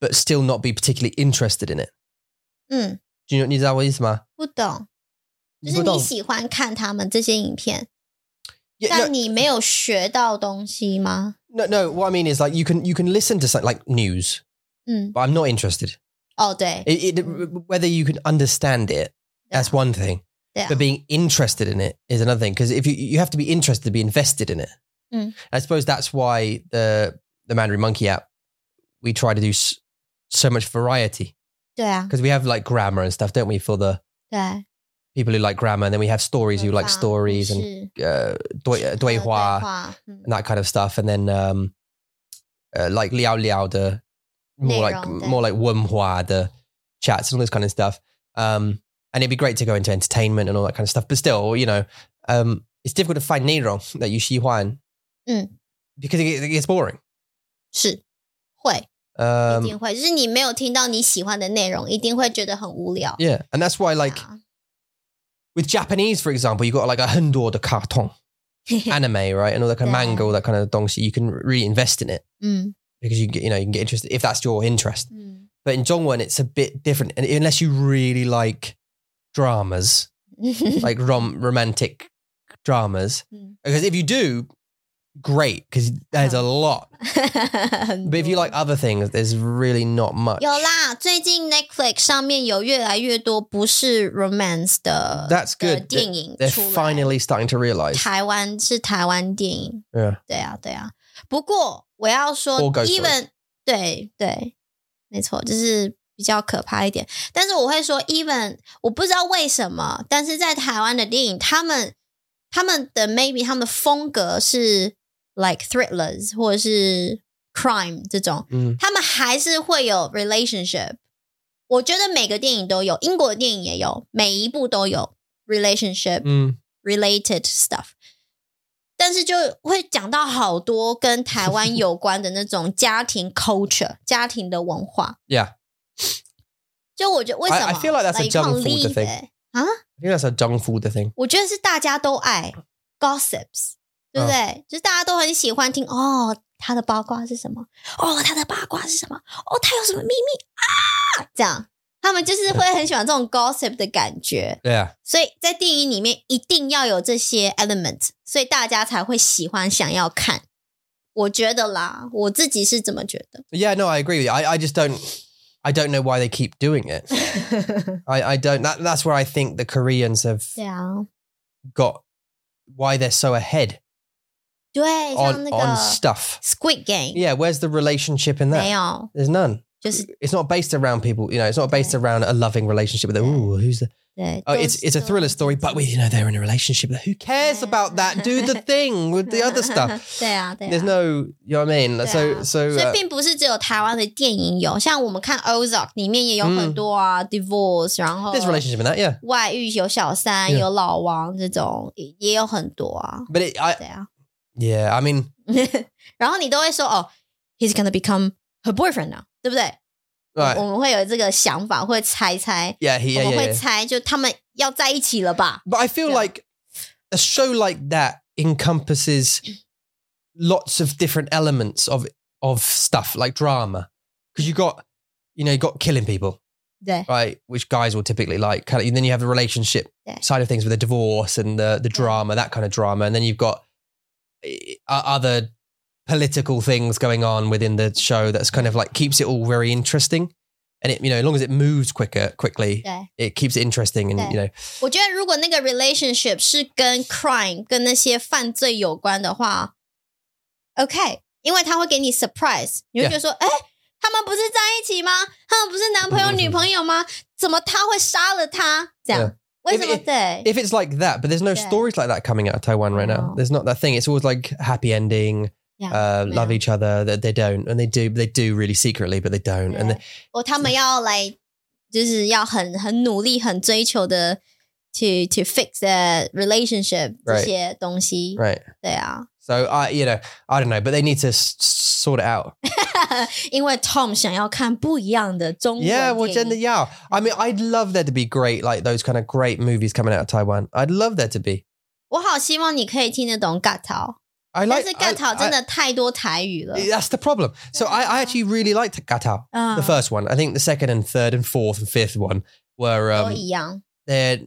[SPEAKER 2] but still not be particularly interested in it.
[SPEAKER 1] 嗯，
[SPEAKER 2] Do you know 你知道我意思吗？
[SPEAKER 1] 不懂，就是你喜欢看他们这些影片，
[SPEAKER 2] Yeah, no,
[SPEAKER 1] 但你没有学到东西吗？
[SPEAKER 2] no, no. What I mean is like you can you can listen to something like news,
[SPEAKER 1] 嗯，
[SPEAKER 2] but I'm not interested.
[SPEAKER 1] 哦，对，
[SPEAKER 2] It, it, whether you can understand it, that's one thing.
[SPEAKER 1] 对啊
[SPEAKER 2] But being interested in it is another thing because if you you have to be interested to be invested in it.
[SPEAKER 1] Mm.
[SPEAKER 2] I suppose that's why the the Mandarin Monkey app we try to do s- so much variety
[SPEAKER 1] 对啊，
[SPEAKER 2] because we have like grammar and stuff, don't we? For the
[SPEAKER 1] 对，
[SPEAKER 2] people who like grammar, and then we have stories who like
[SPEAKER 1] 文法
[SPEAKER 2] stories
[SPEAKER 1] 故
[SPEAKER 2] and
[SPEAKER 1] 事
[SPEAKER 2] uh, 对,
[SPEAKER 1] 呃
[SPEAKER 2] 对话
[SPEAKER 1] 话，嗯
[SPEAKER 2] and that kind of stuff, and then um, uh, like liao liao the more like
[SPEAKER 1] 内容，对。
[SPEAKER 2] more like wenhua the chats and all this kind of stuff. Um, and it'd be great to go into entertainment and all that kind of stuff, but still, you know, um, it's difficult to find neirong that you shihuan
[SPEAKER 1] Mm.
[SPEAKER 2] because it, it gets boring.
[SPEAKER 1] 是会一
[SPEAKER 2] Um,
[SPEAKER 1] 定会，就是你没有听到你喜欢的内容，一定会觉得很无聊。
[SPEAKER 2] yeah, and that's why like
[SPEAKER 1] 对 啊
[SPEAKER 2] with Japanese, for example, you got like a hundred the carton anime, right, and all that kind of
[SPEAKER 1] Yeah.
[SPEAKER 2] manga, all that kind of dongshi. You can really invest in it
[SPEAKER 1] 嗯
[SPEAKER 2] because you can get, you know you can get interested if that's your interest.
[SPEAKER 1] 嗯
[SPEAKER 2] But in Zhongwen, it's a bit different, and unless you really like dramas, like rom romantic dramas,
[SPEAKER 1] Mm.
[SPEAKER 2] because if you do, great, because there's a lot.
[SPEAKER 1] 很
[SPEAKER 2] But if you
[SPEAKER 1] 多
[SPEAKER 2] like other things, there's really not much.
[SPEAKER 1] 有啦，最近 Netflix 上面有越来越多不是 romance 的
[SPEAKER 2] That's
[SPEAKER 1] 的
[SPEAKER 2] good.
[SPEAKER 1] 电影
[SPEAKER 2] They're
[SPEAKER 1] 出来。
[SPEAKER 2] finally starting to realize.
[SPEAKER 1] 台湾是台湾电影，
[SPEAKER 2] Yeah.
[SPEAKER 1] 对啊，对啊。不过我要说
[SPEAKER 2] Or ghost
[SPEAKER 1] ，even 对对，没错，就是比较可怕一点。但是我会说，even 我不知道为什么，但是在台湾的电影，他们他们的 maybe 他们的风格是 like thrillers 或者是 crime 这种，
[SPEAKER 2] Mm.
[SPEAKER 1] 他们还是会有 relationship。我觉得每个电影都有，英国的电影也有，每一部都有 relationship。
[SPEAKER 2] Mm.
[SPEAKER 1] related stuff，但是就会讲到好多跟台 湾有关的那种家庭 culture、家庭的文化。
[SPEAKER 2] Yeah.
[SPEAKER 1] 就我觉得为什么
[SPEAKER 2] I- I feel like that's a
[SPEAKER 1] like, you can't
[SPEAKER 2] Jung Fu 的
[SPEAKER 1] leave
[SPEAKER 2] thing.
[SPEAKER 1] it.
[SPEAKER 2] I think that's a junk food thing.
[SPEAKER 1] 我觉得是大家都爱 gossips，对
[SPEAKER 2] 嗯
[SPEAKER 1] 不对？就是大家都很喜欢听哦，他的八卦是什么？哦，他的八卦是什么？哦，他有什么秘密啊？这样，他们就是会很喜欢这种 gossip 的感觉。
[SPEAKER 2] Yeah.
[SPEAKER 1] 所以在电影里面一定要有这些 element，所以大家才会喜欢想要看。我觉得啦，我自己是这么觉 得。
[SPEAKER 2] Yeah, no, I agree with you. I, I just don't I don't know why they keep doing it. I, I don't that, that's where I think the Koreans have
[SPEAKER 1] 对啊，
[SPEAKER 2] got why they're so ahead
[SPEAKER 1] 对，像
[SPEAKER 2] on
[SPEAKER 1] 那
[SPEAKER 2] on
[SPEAKER 1] 个
[SPEAKER 2] stuff.
[SPEAKER 1] Squid Game，、
[SPEAKER 2] Yeah, where's the relationship in
[SPEAKER 1] 没
[SPEAKER 2] that?
[SPEAKER 1] 有，
[SPEAKER 2] There's none.
[SPEAKER 1] 就是
[SPEAKER 2] it's not based around people. You know, it's not based
[SPEAKER 1] Yeah.
[SPEAKER 2] around a loving relationship. With the,
[SPEAKER 1] Yeah.
[SPEAKER 2] ooh, who's the?
[SPEAKER 1] 对，
[SPEAKER 2] Oh,
[SPEAKER 1] 都
[SPEAKER 2] it's it's a
[SPEAKER 1] 都
[SPEAKER 2] thriller story, but we, you know, they're in a relationship. Who cares
[SPEAKER 1] Yeah.
[SPEAKER 2] about that? Do the thing with the other stuff.
[SPEAKER 1] 对啊，对啊。
[SPEAKER 2] There's no, you know what I mean. So
[SPEAKER 1] Yeah.
[SPEAKER 2] so
[SPEAKER 1] 所以
[SPEAKER 2] uh,
[SPEAKER 1] 并不是只有台湾的电影有，像我们看 Ozark 里面也有很多啊、d i v o r c e 然后
[SPEAKER 2] 嗯 there's a relationship in that, yeah.
[SPEAKER 1] 外遇有小三
[SPEAKER 2] Yeah.
[SPEAKER 1] 有老王这种也也有很多啊，
[SPEAKER 2] But it, I
[SPEAKER 1] 对啊。
[SPEAKER 2] yeah, I mean,
[SPEAKER 1] 然后你都会说哦，he's gonna become her boyfriend now，对不对？
[SPEAKER 2] right,
[SPEAKER 1] 我们会有这个想法，会猜猜，
[SPEAKER 2] yeah, he, yeah,
[SPEAKER 1] 我
[SPEAKER 2] yeah,
[SPEAKER 1] 们
[SPEAKER 2] yeah.
[SPEAKER 1] 会猜，就他们要在一起了吧？
[SPEAKER 2] But I feel
[SPEAKER 1] Yeah.
[SPEAKER 2] like a show like that encompasses lots of different elements of of stuff like drama because you got you know you got killing people
[SPEAKER 1] 对
[SPEAKER 2] right? Which guys will typically like. Kind of, and then you have the relationship
[SPEAKER 1] Yeah.
[SPEAKER 2] side of things with the divorce and the the drama, that kind of drama, and then you've got uh, eh, other political things going on within the show that's kind of like keeps it all very interesting. And it, you know, as long as it moves quicker, quickly,
[SPEAKER 1] 对，
[SPEAKER 2] it keeps it interesting. And
[SPEAKER 1] Yeah.
[SPEAKER 2] you know,
[SPEAKER 1] 我觉得如果那个 relationship 是跟 crime 跟那些犯罪有关的话，OK，因为他会给你 surprise，你会
[SPEAKER 2] Yeah.
[SPEAKER 1] 觉得说，哎、他们不是在一起吗？他们不是男朋友
[SPEAKER 2] 嗯嗯嗯
[SPEAKER 1] 女朋友吗？怎么他会杀了他？这样
[SPEAKER 2] Yeah.
[SPEAKER 1] 为什么
[SPEAKER 2] If- if-
[SPEAKER 1] 对
[SPEAKER 2] if it's like that, but there's no
[SPEAKER 1] Yeah.
[SPEAKER 2] stories like that coming out of Taiwan right now.
[SPEAKER 1] No.
[SPEAKER 2] There's not that thing. It's always like happy ending,
[SPEAKER 1] Yeah.
[SPEAKER 2] uh, love
[SPEAKER 1] Yeah.
[SPEAKER 2] each other. That they don't, and they do, they do really secretly, but they don't. And
[SPEAKER 1] 对
[SPEAKER 2] they-
[SPEAKER 1] 哦，他们要来，就是要很很努力、很追求的去 to fix the relationship 这
[SPEAKER 2] Right.
[SPEAKER 1] 些东西。
[SPEAKER 2] right.
[SPEAKER 1] 对啊，
[SPEAKER 2] So I, you know, I don't know, but they need to s- s- sort it out.
[SPEAKER 1] 因为 Tom 想要看不一样的中文。
[SPEAKER 2] Yeah, well, Jen, yeah. I mean, I'd love there to be great, like those kind of great movies coming out of Taiwan. I'd love there to be.
[SPEAKER 1] 我好希望你可以听得懂 g a t a
[SPEAKER 2] I
[SPEAKER 1] 但
[SPEAKER 2] like
[SPEAKER 1] 是 g
[SPEAKER 2] I-
[SPEAKER 1] a t a 真的太多台语了
[SPEAKER 2] I,。that's the problem. So I, I actually really liked Gatao,
[SPEAKER 1] 嗯
[SPEAKER 2] the，first one. I think the second and third and fourth and fifth one were
[SPEAKER 1] 都
[SPEAKER 2] um,
[SPEAKER 1] 一样，
[SPEAKER 2] they're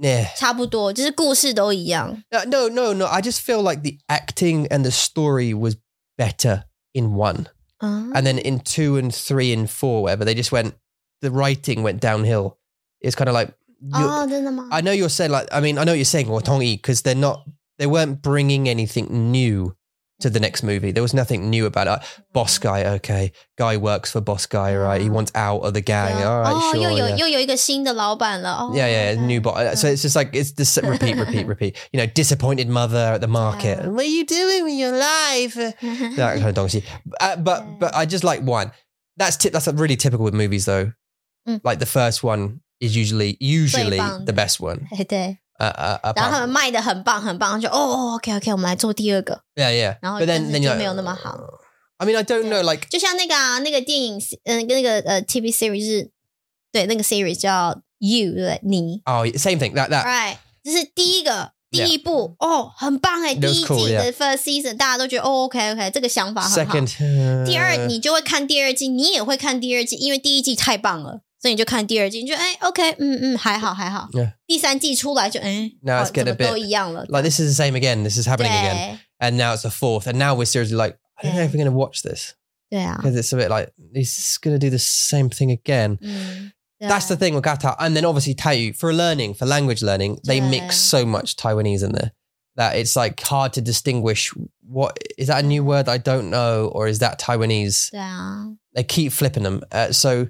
[SPEAKER 2] yeah.
[SPEAKER 1] 差不多，就是故事都一样。
[SPEAKER 2] No, Uh, no, no, no. I just feel like the acting and the story was better in one,
[SPEAKER 1] 嗯，
[SPEAKER 2] and then in two and three and four, whatever. They just went. The writing went downhill. It's kind of like. you-
[SPEAKER 1] 哦，真的吗？
[SPEAKER 2] I know you're saying like I mean I know what you're saying or Tongi because they're not they weren't bringing anything new to the next movie. There was nothing new about it. Boss guy, okay, guy works for boss guy, right? He wants out of the gang.
[SPEAKER 1] 对啊
[SPEAKER 2] All right,
[SPEAKER 1] 哦，
[SPEAKER 2] sure.
[SPEAKER 1] 又有
[SPEAKER 2] yeah.
[SPEAKER 1] 又有一个新的老板了。哦
[SPEAKER 2] Yeah, yeah,
[SPEAKER 1] OK
[SPEAKER 2] new boss. So it's just like it's this repeat, repeat, repeat. You know, disappointed mother at the market.
[SPEAKER 1] Yeah.
[SPEAKER 2] What are you doing with your life? That kind of donkey. Uh, but
[SPEAKER 1] Yeah.
[SPEAKER 2] but I just like one. That's ti- that's really typical with movies though.
[SPEAKER 1] Mm.
[SPEAKER 2] Like the first one is usually usually
[SPEAKER 1] 最棒的。
[SPEAKER 2] the best one.
[SPEAKER 1] 哎对。
[SPEAKER 2] Uh, uh, apart
[SPEAKER 1] 然后他
[SPEAKER 2] from-
[SPEAKER 1] 们卖的很棒很棒，就哦哦，OK OK，我们来做第二个。
[SPEAKER 2] Yeah, yeah.
[SPEAKER 1] 然后
[SPEAKER 2] But then,
[SPEAKER 1] 但是
[SPEAKER 2] then you're like,
[SPEAKER 1] 就没有那么好。
[SPEAKER 2] I mean, I don't know. Like,
[SPEAKER 1] 就像那个啊，那个电影，嗯、跟那个呃 TV series 是，对，那个 series 叫 You，对不对，你
[SPEAKER 2] oh, same thing. That that
[SPEAKER 1] ，right，这是第一个第一部哦，很棒哎，
[SPEAKER 2] That
[SPEAKER 1] 第
[SPEAKER 2] was
[SPEAKER 1] 一季
[SPEAKER 2] cool,
[SPEAKER 1] 的 first season，大家都觉得哦 OK OK，这个想法很好。
[SPEAKER 2] second. uh,
[SPEAKER 1] 第二，你就会看第二季，你也会看第二季，因为第一季太棒了，所以你就看第二季，你觉得哎 OK，嗯嗯，还好还好。
[SPEAKER 2] Yeah.
[SPEAKER 1] 第三季出来就哎，
[SPEAKER 2] Now
[SPEAKER 1] 哦
[SPEAKER 2] it's
[SPEAKER 1] 怎
[SPEAKER 2] getting
[SPEAKER 1] 么
[SPEAKER 2] a bit-
[SPEAKER 1] 都一样了，
[SPEAKER 2] like this is the same again. This is happening again,
[SPEAKER 1] 对
[SPEAKER 2] and now it's the fourth, and now we're seriously like, I don't know if
[SPEAKER 1] Yeah.
[SPEAKER 2] we're going to watch this
[SPEAKER 1] 对啊，
[SPEAKER 2] because it's a bit like he's going to do the same thing again.
[SPEAKER 1] 嗯，
[SPEAKER 2] That's
[SPEAKER 1] 对
[SPEAKER 2] the thing with Qatar, and then obviously Taiyu for learning, for language learning, they
[SPEAKER 1] Yeah.
[SPEAKER 2] mix so much Taiwanese in there that it's like hard to distinguish what is that a new word that I don't know, or is that Taiwanese?
[SPEAKER 1] 对啊。
[SPEAKER 2] They keep flipping them. Uh, so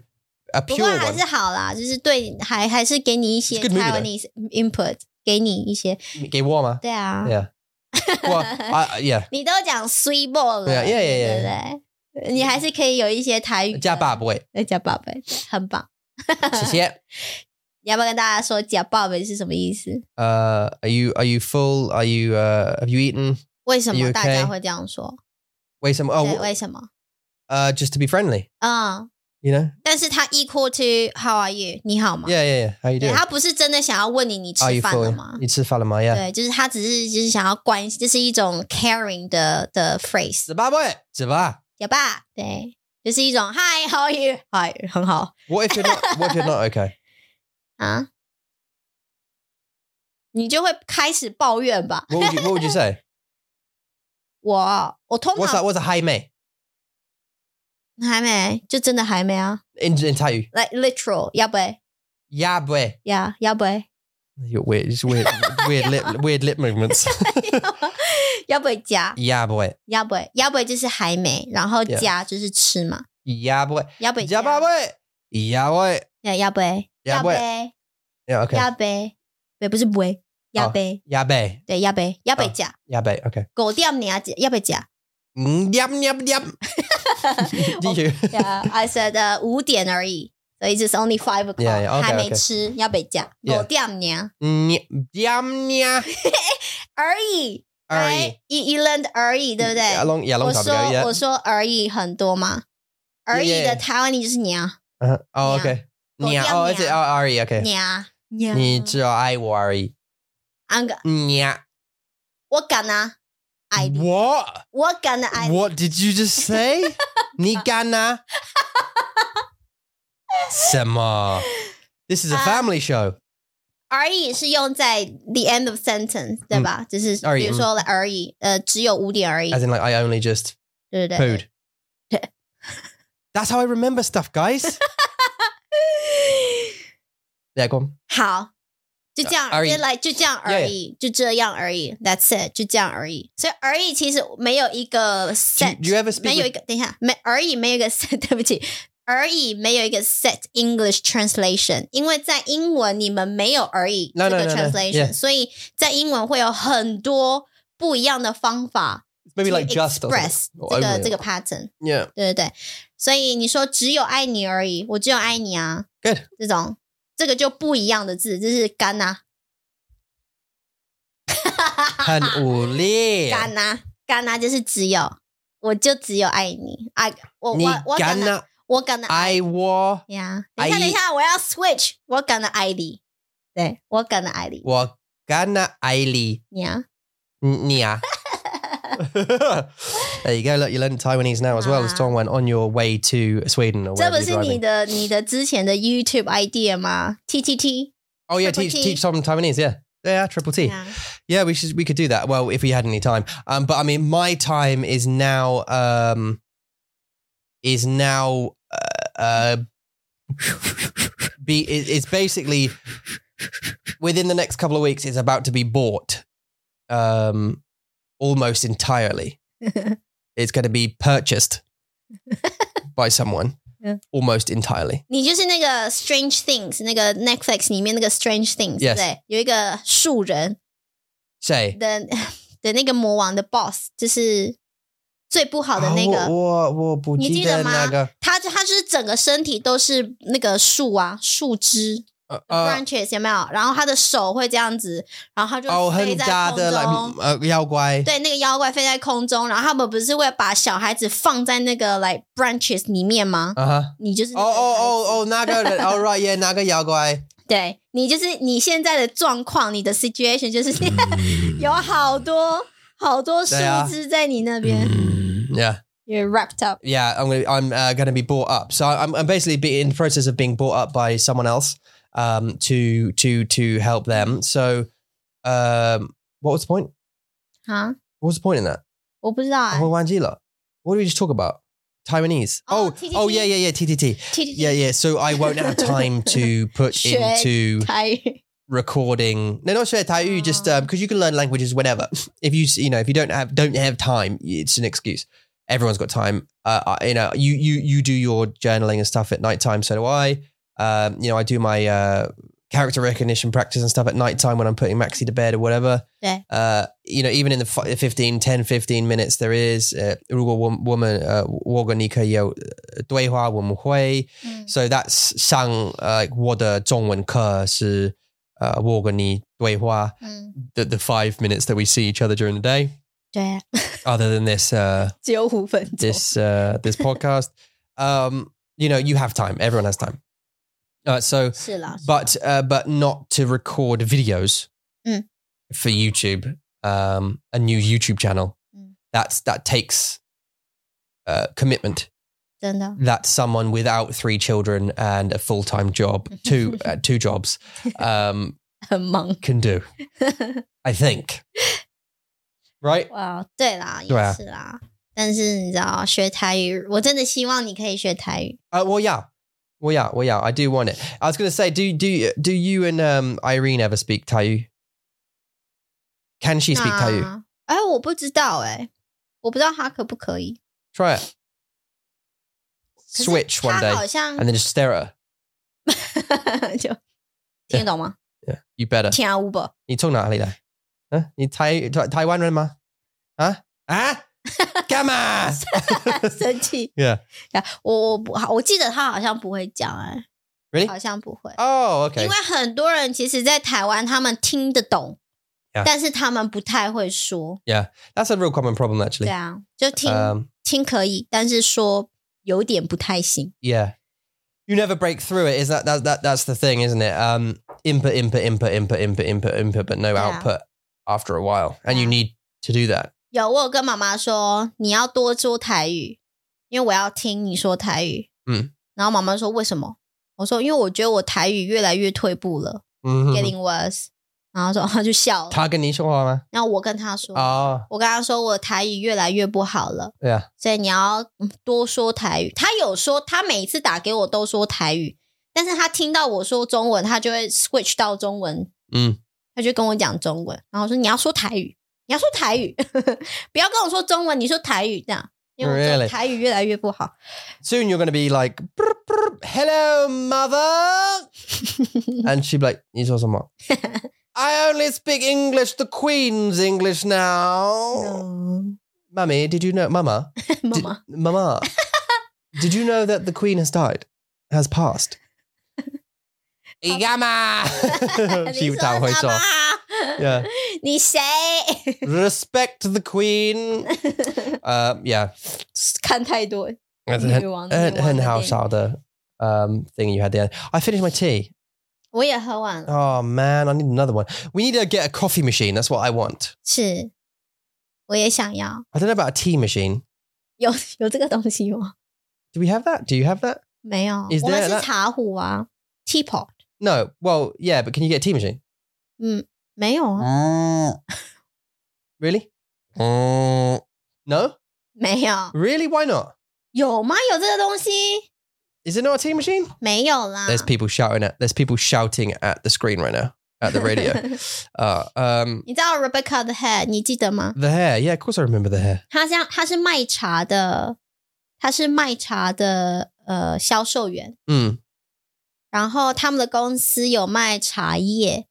[SPEAKER 2] a
[SPEAKER 1] 不过
[SPEAKER 2] pure
[SPEAKER 1] 还
[SPEAKER 2] one.
[SPEAKER 1] 是好啦，就是对，还还是给你一些
[SPEAKER 2] It's a good movie,
[SPEAKER 1] Taiwanese input，给你一些，
[SPEAKER 2] Get warmer.
[SPEAKER 1] 对啊，
[SPEAKER 2] Yeah. Well, I, I- yeah.
[SPEAKER 1] 你都讲 sweet ball 了，
[SPEAKER 2] 啊对啊，yeah,
[SPEAKER 1] 对
[SPEAKER 2] yeah,
[SPEAKER 1] 不对？你还是可以有一些台语的，呃
[SPEAKER 2] 加爸不会，
[SPEAKER 1] 对，假爸爸，对很棒。
[SPEAKER 2] 谢谢。
[SPEAKER 1] 你要不要跟大家说假爸爸是什么意思？
[SPEAKER 2] Uh, are you are you full? Are you uh have you eaten?
[SPEAKER 1] 为什
[SPEAKER 2] Are you
[SPEAKER 1] 么
[SPEAKER 2] okay？
[SPEAKER 1] 大家会这样说？
[SPEAKER 2] Wait some. Oh,
[SPEAKER 1] 对，为什么？
[SPEAKER 2] uh, just to be friendly,
[SPEAKER 1] 嗯，
[SPEAKER 2] you know.
[SPEAKER 1] 但是它 equal to how are you？你好吗？
[SPEAKER 2] Yeah, yeah, yeah. How you
[SPEAKER 1] 对，
[SPEAKER 2] doing?
[SPEAKER 1] 他不是真的想要问你你吃
[SPEAKER 2] Are you
[SPEAKER 1] 饭了
[SPEAKER 2] full?
[SPEAKER 1] 吗？
[SPEAKER 2] 你吃饭了吗？Yeah.
[SPEAKER 1] 对，就是他只是就是想要关心，这是一种 caring 的的 phrase。
[SPEAKER 2] 吃吧，不会，吃吧。
[SPEAKER 1] 有吧？对，就是一种 Hi, how are you? Hi，很好
[SPEAKER 2] What if you're not? What if you're not okay?
[SPEAKER 1] 啊，你就会开始抱怨吧。
[SPEAKER 2] What would you What would you say?
[SPEAKER 1] 我我通
[SPEAKER 2] What's that?
[SPEAKER 1] 常
[SPEAKER 2] What's a high mate
[SPEAKER 1] 还没，就真的还没啊。
[SPEAKER 2] in in Taiyu?
[SPEAKER 1] Like literal，要不
[SPEAKER 2] Yeah, boy.
[SPEAKER 1] 呀，要不
[SPEAKER 2] You're weird. It's weird. Weird lip. Weird lip movements.
[SPEAKER 1] 要不加，
[SPEAKER 2] Yeah, boy.
[SPEAKER 1] 要不要不就是还没，然后
[SPEAKER 2] Yeah
[SPEAKER 1] 加就是吃嘛。
[SPEAKER 2] Yeah, boy.
[SPEAKER 1] 要不
[SPEAKER 2] Yeah, boy. Yeah, boy.
[SPEAKER 1] 对，要不
[SPEAKER 2] 要
[SPEAKER 1] 要
[SPEAKER 2] 不
[SPEAKER 1] 不
[SPEAKER 2] Yeah. Okay.
[SPEAKER 1] 要不，对，不是不要不，
[SPEAKER 2] Yeah, boy.
[SPEAKER 1] 对，要不要不
[SPEAKER 2] 哦
[SPEAKER 1] 加，
[SPEAKER 2] Yeah, boy. Okay.
[SPEAKER 1] 狗店你啊，要不 加。
[SPEAKER 2] Mm, Yum, yum, yum. Do you?
[SPEAKER 1] Yeah, I said uh, 五点而已，所以 it's only five o'clock，
[SPEAKER 2] Yeah, yeah, okay,
[SPEAKER 1] 还
[SPEAKER 2] okay.
[SPEAKER 1] 没吃，要被加
[SPEAKER 2] Yeah.
[SPEAKER 1] 我点娘
[SPEAKER 2] Mm, Yum, yeah.
[SPEAKER 1] 啊而已，
[SPEAKER 2] Alright.
[SPEAKER 1] 一 e learned 而已，对不对？
[SPEAKER 2] A long, yeah, a long
[SPEAKER 1] 我
[SPEAKER 2] time
[SPEAKER 1] 说
[SPEAKER 2] ago. Yeah.
[SPEAKER 1] 我说而已很多嘛，而已
[SPEAKER 2] yeah,
[SPEAKER 1] 的
[SPEAKER 2] yeah.
[SPEAKER 1] 台湾语就是娘
[SPEAKER 2] Uh-huh. Oh,
[SPEAKER 1] Yeah.
[SPEAKER 2] okay.
[SPEAKER 1] Go
[SPEAKER 2] Yeah.
[SPEAKER 1] yum,
[SPEAKER 2] Oh, is it? Oh,
[SPEAKER 1] yeah.
[SPEAKER 2] Ari. Okay.
[SPEAKER 1] 娘娘，
[SPEAKER 2] Ni I worry.
[SPEAKER 1] 安个
[SPEAKER 2] Yeah.
[SPEAKER 1] 我敢啊，I
[SPEAKER 2] 嗯
[SPEAKER 1] do
[SPEAKER 2] What?
[SPEAKER 1] 我敢啊，I do
[SPEAKER 2] What did you just say? Ni gana. Sama. This is a
[SPEAKER 1] Uh,
[SPEAKER 2] family show.
[SPEAKER 1] 而已是用在 the end of sentence，对吧？就是
[SPEAKER 2] 嗯而已
[SPEAKER 1] 比如说而已，呃，只有五点而已，
[SPEAKER 2] As in, like, I only just
[SPEAKER 1] 对不对？
[SPEAKER 2] pooed. That's how I remember stuff, guys. yeah, go on.
[SPEAKER 1] 好，就这样，
[SPEAKER 2] 而已
[SPEAKER 1] 就来就这样而已就这样而已，That's it，就这样而已。所以而已其实没有一个
[SPEAKER 2] Do you,
[SPEAKER 1] set，
[SPEAKER 2] do you ever
[SPEAKER 1] 没
[SPEAKER 2] speak?
[SPEAKER 1] 有一
[SPEAKER 2] With,
[SPEAKER 1] 个，等一下，没而已没有一个 set，对不起，而已没有一个 set English translation，因为在英文你们没有而已
[SPEAKER 2] No,
[SPEAKER 1] 这
[SPEAKER 2] no,
[SPEAKER 1] 个
[SPEAKER 2] no, no,
[SPEAKER 1] translation，
[SPEAKER 2] yeah.
[SPEAKER 1] 所以在英文会有很多不一样的方法
[SPEAKER 2] maybe
[SPEAKER 1] to
[SPEAKER 2] like just or something.
[SPEAKER 1] express
[SPEAKER 2] or
[SPEAKER 1] 这
[SPEAKER 2] only
[SPEAKER 1] 个
[SPEAKER 2] or-
[SPEAKER 1] 这个 pattern，
[SPEAKER 2] Yeah.
[SPEAKER 1] 对对对，所以你说只有爱你而已，我只有爱你啊
[SPEAKER 2] Good.
[SPEAKER 1] 这种，这个就不一样的字，这是干啊呐、
[SPEAKER 2] Can
[SPEAKER 1] 啊，干呐、干呐、就是只有，我就只有爱你，I 我我我敢
[SPEAKER 2] 啊
[SPEAKER 1] 呐，我敢呐
[SPEAKER 2] 爱我，
[SPEAKER 1] 呀，等一
[SPEAKER 2] 爱
[SPEAKER 1] 下
[SPEAKER 2] 你
[SPEAKER 1] 等一下，我要 switch，我敢呐爱你，对我敢呐爱你
[SPEAKER 2] 我敢呐爱你，
[SPEAKER 1] 呀，
[SPEAKER 2] 你啊。there you go. Look, you learned Taiwanese now as well as
[SPEAKER 1] Wow.
[SPEAKER 2] Tom went on your way to Sweden or
[SPEAKER 1] 这不
[SPEAKER 2] wherever
[SPEAKER 1] 是
[SPEAKER 2] you're
[SPEAKER 1] 你
[SPEAKER 2] driving.
[SPEAKER 1] 的你的之前的 YouTube idea 吗？T T T，
[SPEAKER 2] Oh yeah,
[SPEAKER 1] triple
[SPEAKER 2] teach
[SPEAKER 1] T.
[SPEAKER 2] teach Tom Taiwanese. Yeah, yeah, triple T. Yeah.
[SPEAKER 1] 呀
[SPEAKER 2] we should we could do that. Well, if we had any time. Um, but I mean, my time is now um is now uh, uh be it, it's basically within the next couple of weeks. It's about to be bought, um, almost entirely. it's going to be purchased by someone
[SPEAKER 1] Yeah.
[SPEAKER 2] almost entirely.
[SPEAKER 1] 你就是那个 Strange Things 那个 Netflix 里面那个 Strange Things，对
[SPEAKER 2] Yes
[SPEAKER 1] 不对，有一个树人
[SPEAKER 2] Say,
[SPEAKER 1] 的 的那个魔王的 boss，就是最不好的那
[SPEAKER 2] 哦
[SPEAKER 1] 个。
[SPEAKER 2] 我我我不记得那个，
[SPEAKER 1] 他他就是整个身体都是那个树啊树枝
[SPEAKER 2] Uh, 呃
[SPEAKER 1] branches 有没有？然后他的手会这样子，然后他
[SPEAKER 2] 哦 oh,
[SPEAKER 1] 就飞在空中。
[SPEAKER 2] 嗯 uh,
[SPEAKER 1] 对，那个妖怪飞在空中，然后他们不是会把小孩子放在那个 like branches 里面吗？
[SPEAKER 2] Uh-huh.
[SPEAKER 1] 你
[SPEAKER 2] Oh,
[SPEAKER 1] 就是那个
[SPEAKER 2] 哦
[SPEAKER 1] 孩子
[SPEAKER 2] 哦哦哦哦，那个人，All right, yeah, 那个妖怪。
[SPEAKER 1] 对你就是你现在的状况，你的 situation 就是 有好多好多树
[SPEAKER 2] 嗯对啊嗯
[SPEAKER 1] 枝在你那边、
[SPEAKER 2] Mm, Yeah,
[SPEAKER 1] y o u r e wrapped up。
[SPEAKER 2] yeah. I'm gonna, I'm uh, gonna be bought up. So I'm, I'm basically be in the process of being bought up by someone else, um, to, to, to help them. So, um, what was the point?
[SPEAKER 1] 啊，
[SPEAKER 2] What was the point in that?
[SPEAKER 1] 我不知道啊。
[SPEAKER 2] Oh, Wangila. What did we just talk about? Taiwanese.
[SPEAKER 1] Oh,
[SPEAKER 2] Oh, oh,
[SPEAKER 1] TTT.
[SPEAKER 2] yeah, yeah, yeah. TTT. Yeah, yeah. So I won't have time to put
[SPEAKER 1] Shit.
[SPEAKER 2] into
[SPEAKER 1] 台语
[SPEAKER 2] recording. No, not share Taiyu. Just because you can learn languages whenever. If you s- you know if you don't have don't have time, it's an excuse. Everyone's got time. Uh, I, you know, you you you do your journaling and stuff at nighttime. So do I. Um, you know, I do my uh, character recognition practice and stuff at nighttime when I'm putting Maxi to bed or whatever.
[SPEAKER 1] Yeah.
[SPEAKER 2] Uh, you know, even in the fi- 15, 10, 15 minutes there is. Uh, 如果我我们呃我跟你可以有对话，我们会。
[SPEAKER 1] 嗯
[SPEAKER 2] so that's 像 uh, like 我的中文课是呃我跟你对话
[SPEAKER 1] 嗯，
[SPEAKER 2] the the five minutes that we see each other during the day
[SPEAKER 1] 对啊，
[SPEAKER 2] other than this uh
[SPEAKER 1] 只有五分钟。
[SPEAKER 2] this uh this podcast um you know you have time everyone has time uh so
[SPEAKER 1] 是啦，是啦
[SPEAKER 2] but uh but not to record videos
[SPEAKER 1] Mm.
[SPEAKER 2] for YouTube um a new YouTube channel
[SPEAKER 1] Mm.
[SPEAKER 2] that's that takes uh commitment
[SPEAKER 1] 真的，
[SPEAKER 2] that someone without three children and a full time job, two uh, two jobs, um,
[SPEAKER 1] 很忙。
[SPEAKER 2] can do. I think, right?
[SPEAKER 1] 哇，哦对啦，
[SPEAKER 2] 对啊
[SPEAKER 1] 也是啦。但是你知道，学台语，我真的希望你可以学台语。
[SPEAKER 2] Uh, well, yeah, well, yeah, well, yeah. I do want it. I was going to say, do do do you and um, Irene ever speak Taiyu? Can she speak Taiyu?
[SPEAKER 1] 那哎，我不知道哎，我不知道他可不可以
[SPEAKER 2] Try it.
[SPEAKER 1] 可是
[SPEAKER 2] Switch one
[SPEAKER 1] 他
[SPEAKER 2] day
[SPEAKER 1] 好像
[SPEAKER 2] and then just stare at her.
[SPEAKER 1] 就听得懂吗？
[SPEAKER 2] Yeah, you better.
[SPEAKER 1] 听啊五本，
[SPEAKER 2] 你从哪里来？啊，你台台台湾人吗？啊啊，干嘛？
[SPEAKER 1] 生气。
[SPEAKER 2] Yeah.
[SPEAKER 1] 我我不好，我记得他好像不会讲哎，
[SPEAKER 2] Really?
[SPEAKER 1] 好像不会。
[SPEAKER 2] Oh,
[SPEAKER 1] 因
[SPEAKER 2] okay.
[SPEAKER 1] 为很多人其实，在台湾他们听得懂
[SPEAKER 2] Yeah.
[SPEAKER 1] 但是他们不太会说。
[SPEAKER 2] That's a real common problem,
[SPEAKER 1] 对
[SPEAKER 2] actually.
[SPEAKER 1] 啊，就听、
[SPEAKER 2] Um,
[SPEAKER 1] 听可以，但是说有点不太行。
[SPEAKER 2] yeah. You never break through it. Is that, that that that's the thing, isn't it? Um, input, input, input, input, input, input, input, but no
[SPEAKER 1] Yeah.
[SPEAKER 2] output after a while, and you
[SPEAKER 1] Yeah.
[SPEAKER 2] need to do that.
[SPEAKER 1] 有，我有跟妈妈说你要多说台语，因为我要听你说台语。
[SPEAKER 2] 嗯，
[SPEAKER 1] 然后妈妈说为什么？我说因为我觉得我台语越来越退步了。
[SPEAKER 2] 嗯
[SPEAKER 1] getting worse，然后说他就笑了。
[SPEAKER 2] 他跟你说话 吗？
[SPEAKER 1] 然后我跟他说，
[SPEAKER 2] 哦，
[SPEAKER 1] 我跟他说我台语越来越不好了，
[SPEAKER 2] 对啊，
[SPEAKER 1] 所以你要嗯多说台语。他有说，他每次打给我都说台语，但是他听到我说中文，他就会 switch 到中文，
[SPEAKER 2] 嗯，
[SPEAKER 1] 他就跟我讲中文，然后我说你要说台语，你要说台语， 不要跟我说中文，你说台语这样，因为我觉得
[SPEAKER 2] Really？
[SPEAKER 1] 台语越来越不好。
[SPEAKER 2] soon you're going to be like, "Brr, brr, hello, mother. and she'd be like, you saw someone. I only speak English, the Queen's English now. Mummy, did you know, Mama? Did-
[SPEAKER 1] Mama,
[SPEAKER 2] Mama, did you know that the Queen has died, has passed? Igama!
[SPEAKER 1] 你说什么
[SPEAKER 2] Yeah.
[SPEAKER 1] 你谁？
[SPEAKER 2] Respect the Queen. Uh, yeah.
[SPEAKER 1] 看太多
[SPEAKER 2] That's a
[SPEAKER 1] 女
[SPEAKER 2] hen-
[SPEAKER 1] 王，
[SPEAKER 2] hen-
[SPEAKER 1] 女王
[SPEAKER 2] hen
[SPEAKER 1] 的
[SPEAKER 2] house
[SPEAKER 1] 电影
[SPEAKER 2] out the um, thing you had there. I finished my tea.
[SPEAKER 1] 我也喝完了，
[SPEAKER 2] Oh man, I need another one. We need to get a coffee machine. That's what I want.
[SPEAKER 1] 是，我也想要。
[SPEAKER 2] I don't know about a tea machine.
[SPEAKER 1] 有 有这个东西吗？
[SPEAKER 2] Do we have that? Do you have that?
[SPEAKER 1] 没有
[SPEAKER 2] Is，
[SPEAKER 1] 我们
[SPEAKER 2] there
[SPEAKER 1] 是
[SPEAKER 2] that-
[SPEAKER 1] 茶壶啊，teapot。
[SPEAKER 2] No. Well, yeah, but can you get a tea machine?
[SPEAKER 1] 嗯，没有啊，
[SPEAKER 2] Uh. Really? Uh. No?
[SPEAKER 1] 没有，
[SPEAKER 2] Really? Why not?
[SPEAKER 1] 有吗？有这个东西？
[SPEAKER 2] Is it not a tea machine?
[SPEAKER 1] 没有啦。
[SPEAKER 2] There's people shouting at there's people shouting at the screen right now. At the radio. uh, um
[SPEAKER 1] 你知道 Rebecca 的 head，你记得吗？
[SPEAKER 2] the hair, yeah, of course I remember the hair.
[SPEAKER 1] 她像她是卖茶的，她是卖茶的呃销售员，
[SPEAKER 2] Mm.
[SPEAKER 1] 然后他们的公司有卖茶叶，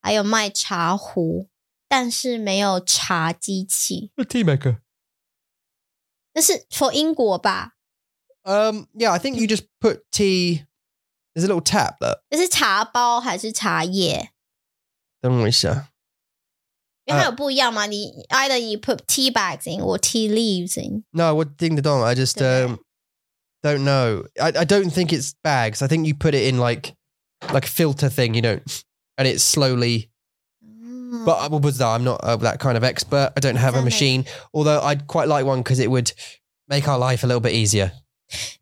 [SPEAKER 1] 还有卖茶壶，但是没有茶机器。
[SPEAKER 2] A tea maker.
[SPEAKER 1] 那是 for 英国吧？
[SPEAKER 2] Um yeah, I think you just put tea there's a little tap that
[SPEAKER 1] 那是茶包还是茶叶？
[SPEAKER 2] don't worry, sir.
[SPEAKER 1] 因为它有不一样嘛。你 either you put tea bags in or tea leaves in。
[SPEAKER 2] No, what ding the dong. I just
[SPEAKER 1] Don't know.
[SPEAKER 2] um, don't know. I, I don't think it's bags. I think you put it in like like a filter thing, you know, and it's slowly. But I was that I'm not uh, that kind of expert. I don't have a
[SPEAKER 1] Exactly.
[SPEAKER 2] machine, although I'd quite like one because it would make our life a little bit easier.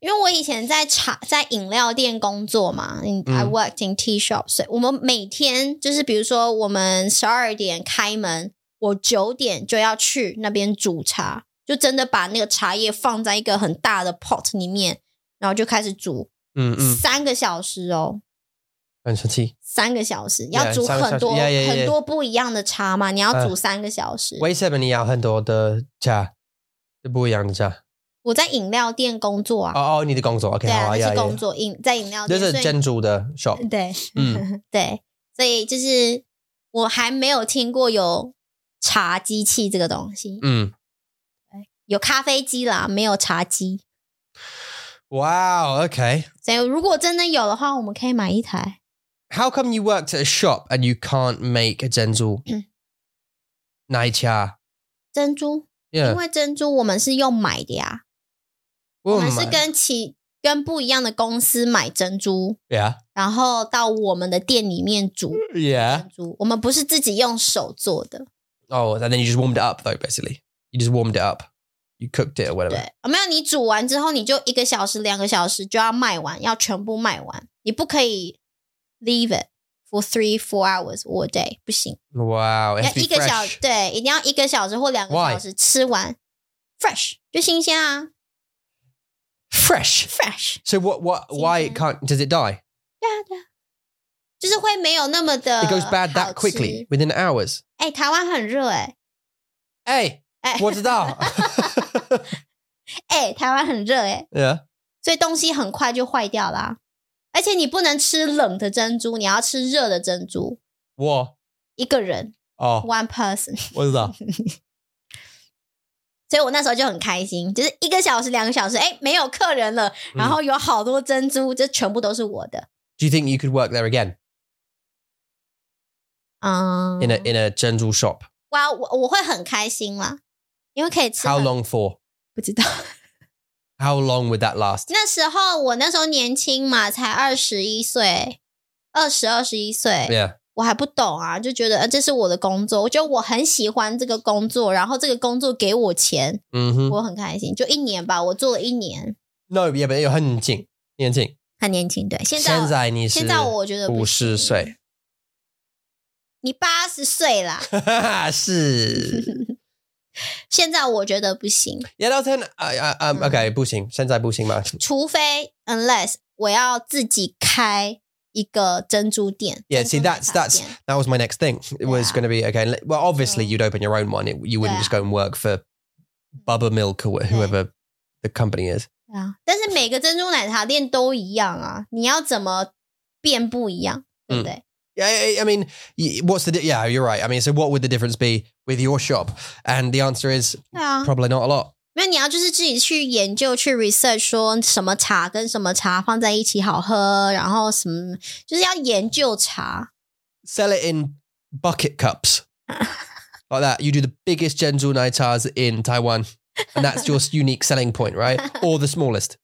[SPEAKER 1] 因为我以前在茶在饮料店工作嘛，in-
[SPEAKER 2] 嗯
[SPEAKER 1] I worked in tea shop，所以我们每天就是比如说我们十二点开门，我九点就要去那边煮茶，就真的把那个茶叶放在一个很大的 pot 里面，然后就开始煮
[SPEAKER 2] Mm, mm.
[SPEAKER 1] 三个小时哦。
[SPEAKER 2] And some tea.
[SPEAKER 1] 三个小时要
[SPEAKER 2] Yeah，
[SPEAKER 1] 煮
[SPEAKER 2] 三个小时
[SPEAKER 1] 很多
[SPEAKER 2] Yeah, yeah, yeah,
[SPEAKER 1] 很多不一样的茶嘛，你要
[SPEAKER 2] 呃
[SPEAKER 1] 煮三个小时。
[SPEAKER 2] 为什么你要很多的茶？不一样的茶？哦哦，你的工
[SPEAKER 1] 我在
[SPEAKER 2] 作。Okay,
[SPEAKER 1] 饮料店工作啊，
[SPEAKER 2] Ah, oh,
[SPEAKER 1] 对啊，
[SPEAKER 2] 哦好啊，
[SPEAKER 1] 那
[SPEAKER 2] yeah,
[SPEAKER 1] 是
[SPEAKER 2] yeah.
[SPEAKER 1] 工作饮在饮料店，
[SPEAKER 2] There's
[SPEAKER 1] 所
[SPEAKER 2] a
[SPEAKER 1] 以
[SPEAKER 2] 珍珠的 shop.
[SPEAKER 1] 对，
[SPEAKER 2] 嗯
[SPEAKER 1] 对，所以就是我还没有听过有茶机器这个东西，
[SPEAKER 2] Mm.
[SPEAKER 1] 有咖啡机啦，没有茶机。
[SPEAKER 2] Wow. Okay.
[SPEAKER 1] 所以如果真的有的话，我们可以买一台。
[SPEAKER 2] How come you worked at a shop and you can't make a gentle nature?
[SPEAKER 1] 珍珠，因
[SPEAKER 2] Yeah.
[SPEAKER 1] 为珍珠我们是用买的呀，我们是
[SPEAKER 2] Woman.
[SPEAKER 1] 跟其跟不一样的公司买珍珠，
[SPEAKER 2] Yeah.
[SPEAKER 1] 然后到我们的店里面煮
[SPEAKER 2] Yeah.
[SPEAKER 1] 珍珠，我们不是自己用手做的。
[SPEAKER 2] Oh, and then you just warmed it up though, basically. You just warmed it up. You cooked it or whatever.
[SPEAKER 1] 对，没有你煮完之后，你就一个小时、两个小时就要卖完，要全部卖完，你不可以 leave it for three four hours or day，不行，
[SPEAKER 2] Wow. It
[SPEAKER 1] 要
[SPEAKER 2] has to
[SPEAKER 1] 一
[SPEAKER 2] be
[SPEAKER 1] 个小
[SPEAKER 2] fresh.
[SPEAKER 1] 对，一定要一个小时或两个
[SPEAKER 2] Why？
[SPEAKER 1] 小时吃完，fresh 就新鲜啊
[SPEAKER 2] Fresh.
[SPEAKER 1] ，fresh，
[SPEAKER 2] So what what why it can't does it die?
[SPEAKER 1] 对啊对啊，就是会没有那么的
[SPEAKER 2] It goes bad
[SPEAKER 1] 好
[SPEAKER 2] that
[SPEAKER 1] 吃
[SPEAKER 2] quickly within hours.
[SPEAKER 1] 哎、台湾很热哎、
[SPEAKER 2] Hey,
[SPEAKER 1] 哎、
[SPEAKER 2] what's that?
[SPEAKER 1] 哎、台湾很热哎、
[SPEAKER 2] yeah.
[SPEAKER 1] 所以东西很快就坏掉啦、而且你不能吃冷的珍珠，你要吃热的珍珠，
[SPEAKER 2] What?
[SPEAKER 1] 一个人
[SPEAKER 2] Oh,
[SPEAKER 1] one person。
[SPEAKER 2] what's that?
[SPEAKER 1] 所以我那时候就很开心，就是一个小时、两个小时，哎，没有客人了，
[SPEAKER 2] 嗯
[SPEAKER 1] 然后有好多珍珠，这全部都是我的。
[SPEAKER 2] Do you think you could work there again
[SPEAKER 1] 嗯，
[SPEAKER 2] in a in a gentle shop?
[SPEAKER 1] 哇，我我会很开心啦，因为可以吃很。
[SPEAKER 2] How long for?
[SPEAKER 1] 不知道。
[SPEAKER 2] How long would that last?
[SPEAKER 1] 那时候我那时候年轻嘛，才二十一岁，二十二十一岁
[SPEAKER 2] Yeah.
[SPEAKER 1] 我还不懂啊，就觉得呃这是我的工作，我觉得我很喜欢这个工作，然后这个工作给我钱，
[SPEAKER 2] Mm-hmm.
[SPEAKER 1] 我很开心。就一年吧，我做了一年，
[SPEAKER 2] No, yeah, but you're 很近，年轻。
[SPEAKER 1] 很年轻。对，现在
[SPEAKER 2] 现在你是
[SPEAKER 1] 现在我觉得不
[SPEAKER 2] 50
[SPEAKER 1] 行
[SPEAKER 2] 岁，
[SPEAKER 1] 你八十岁啦，
[SPEAKER 2] 是
[SPEAKER 1] 现在我觉得不行，
[SPEAKER 2] yeah, that's an I, I,
[SPEAKER 1] Hmm.
[SPEAKER 2] um, okay. 不行，现在不行嘛。
[SPEAKER 1] 除非 unless 我要自己开一个珍珠店。
[SPEAKER 2] Yeah,
[SPEAKER 1] 珍
[SPEAKER 2] see
[SPEAKER 1] 珠奶
[SPEAKER 2] that's
[SPEAKER 1] 茶
[SPEAKER 2] that's
[SPEAKER 1] 店
[SPEAKER 2] that was my next thing. It was
[SPEAKER 1] Yeah.
[SPEAKER 2] going to be okay. le- Well, obviously
[SPEAKER 1] So-
[SPEAKER 2] you'd open your own one. It, you wouldn't
[SPEAKER 1] Yeah.
[SPEAKER 2] just go and work for Bubba Milk or wh- whoever the company is.
[SPEAKER 1] 对啊，但是每个珍珠奶茶店都一样啊，你要怎么变不一样，对
[SPEAKER 2] 嗯
[SPEAKER 1] 不对？
[SPEAKER 2] Yeah, I, I mean, y- what's the di- yeah? You're right. I mean, so what would the difference be with your shop? And the answer is
[SPEAKER 1] 对啊，
[SPEAKER 2] probably not a lot.
[SPEAKER 1] 因为你要就是自己去研究、去 research，说什么茶跟什么茶放在一起好喝，然后什么就是要研究茶。
[SPEAKER 2] Sell it in bucket cups like that. You do the biggest Genzu Naitars in Taiwan, and that's your unique selling point, right? Or the smallest.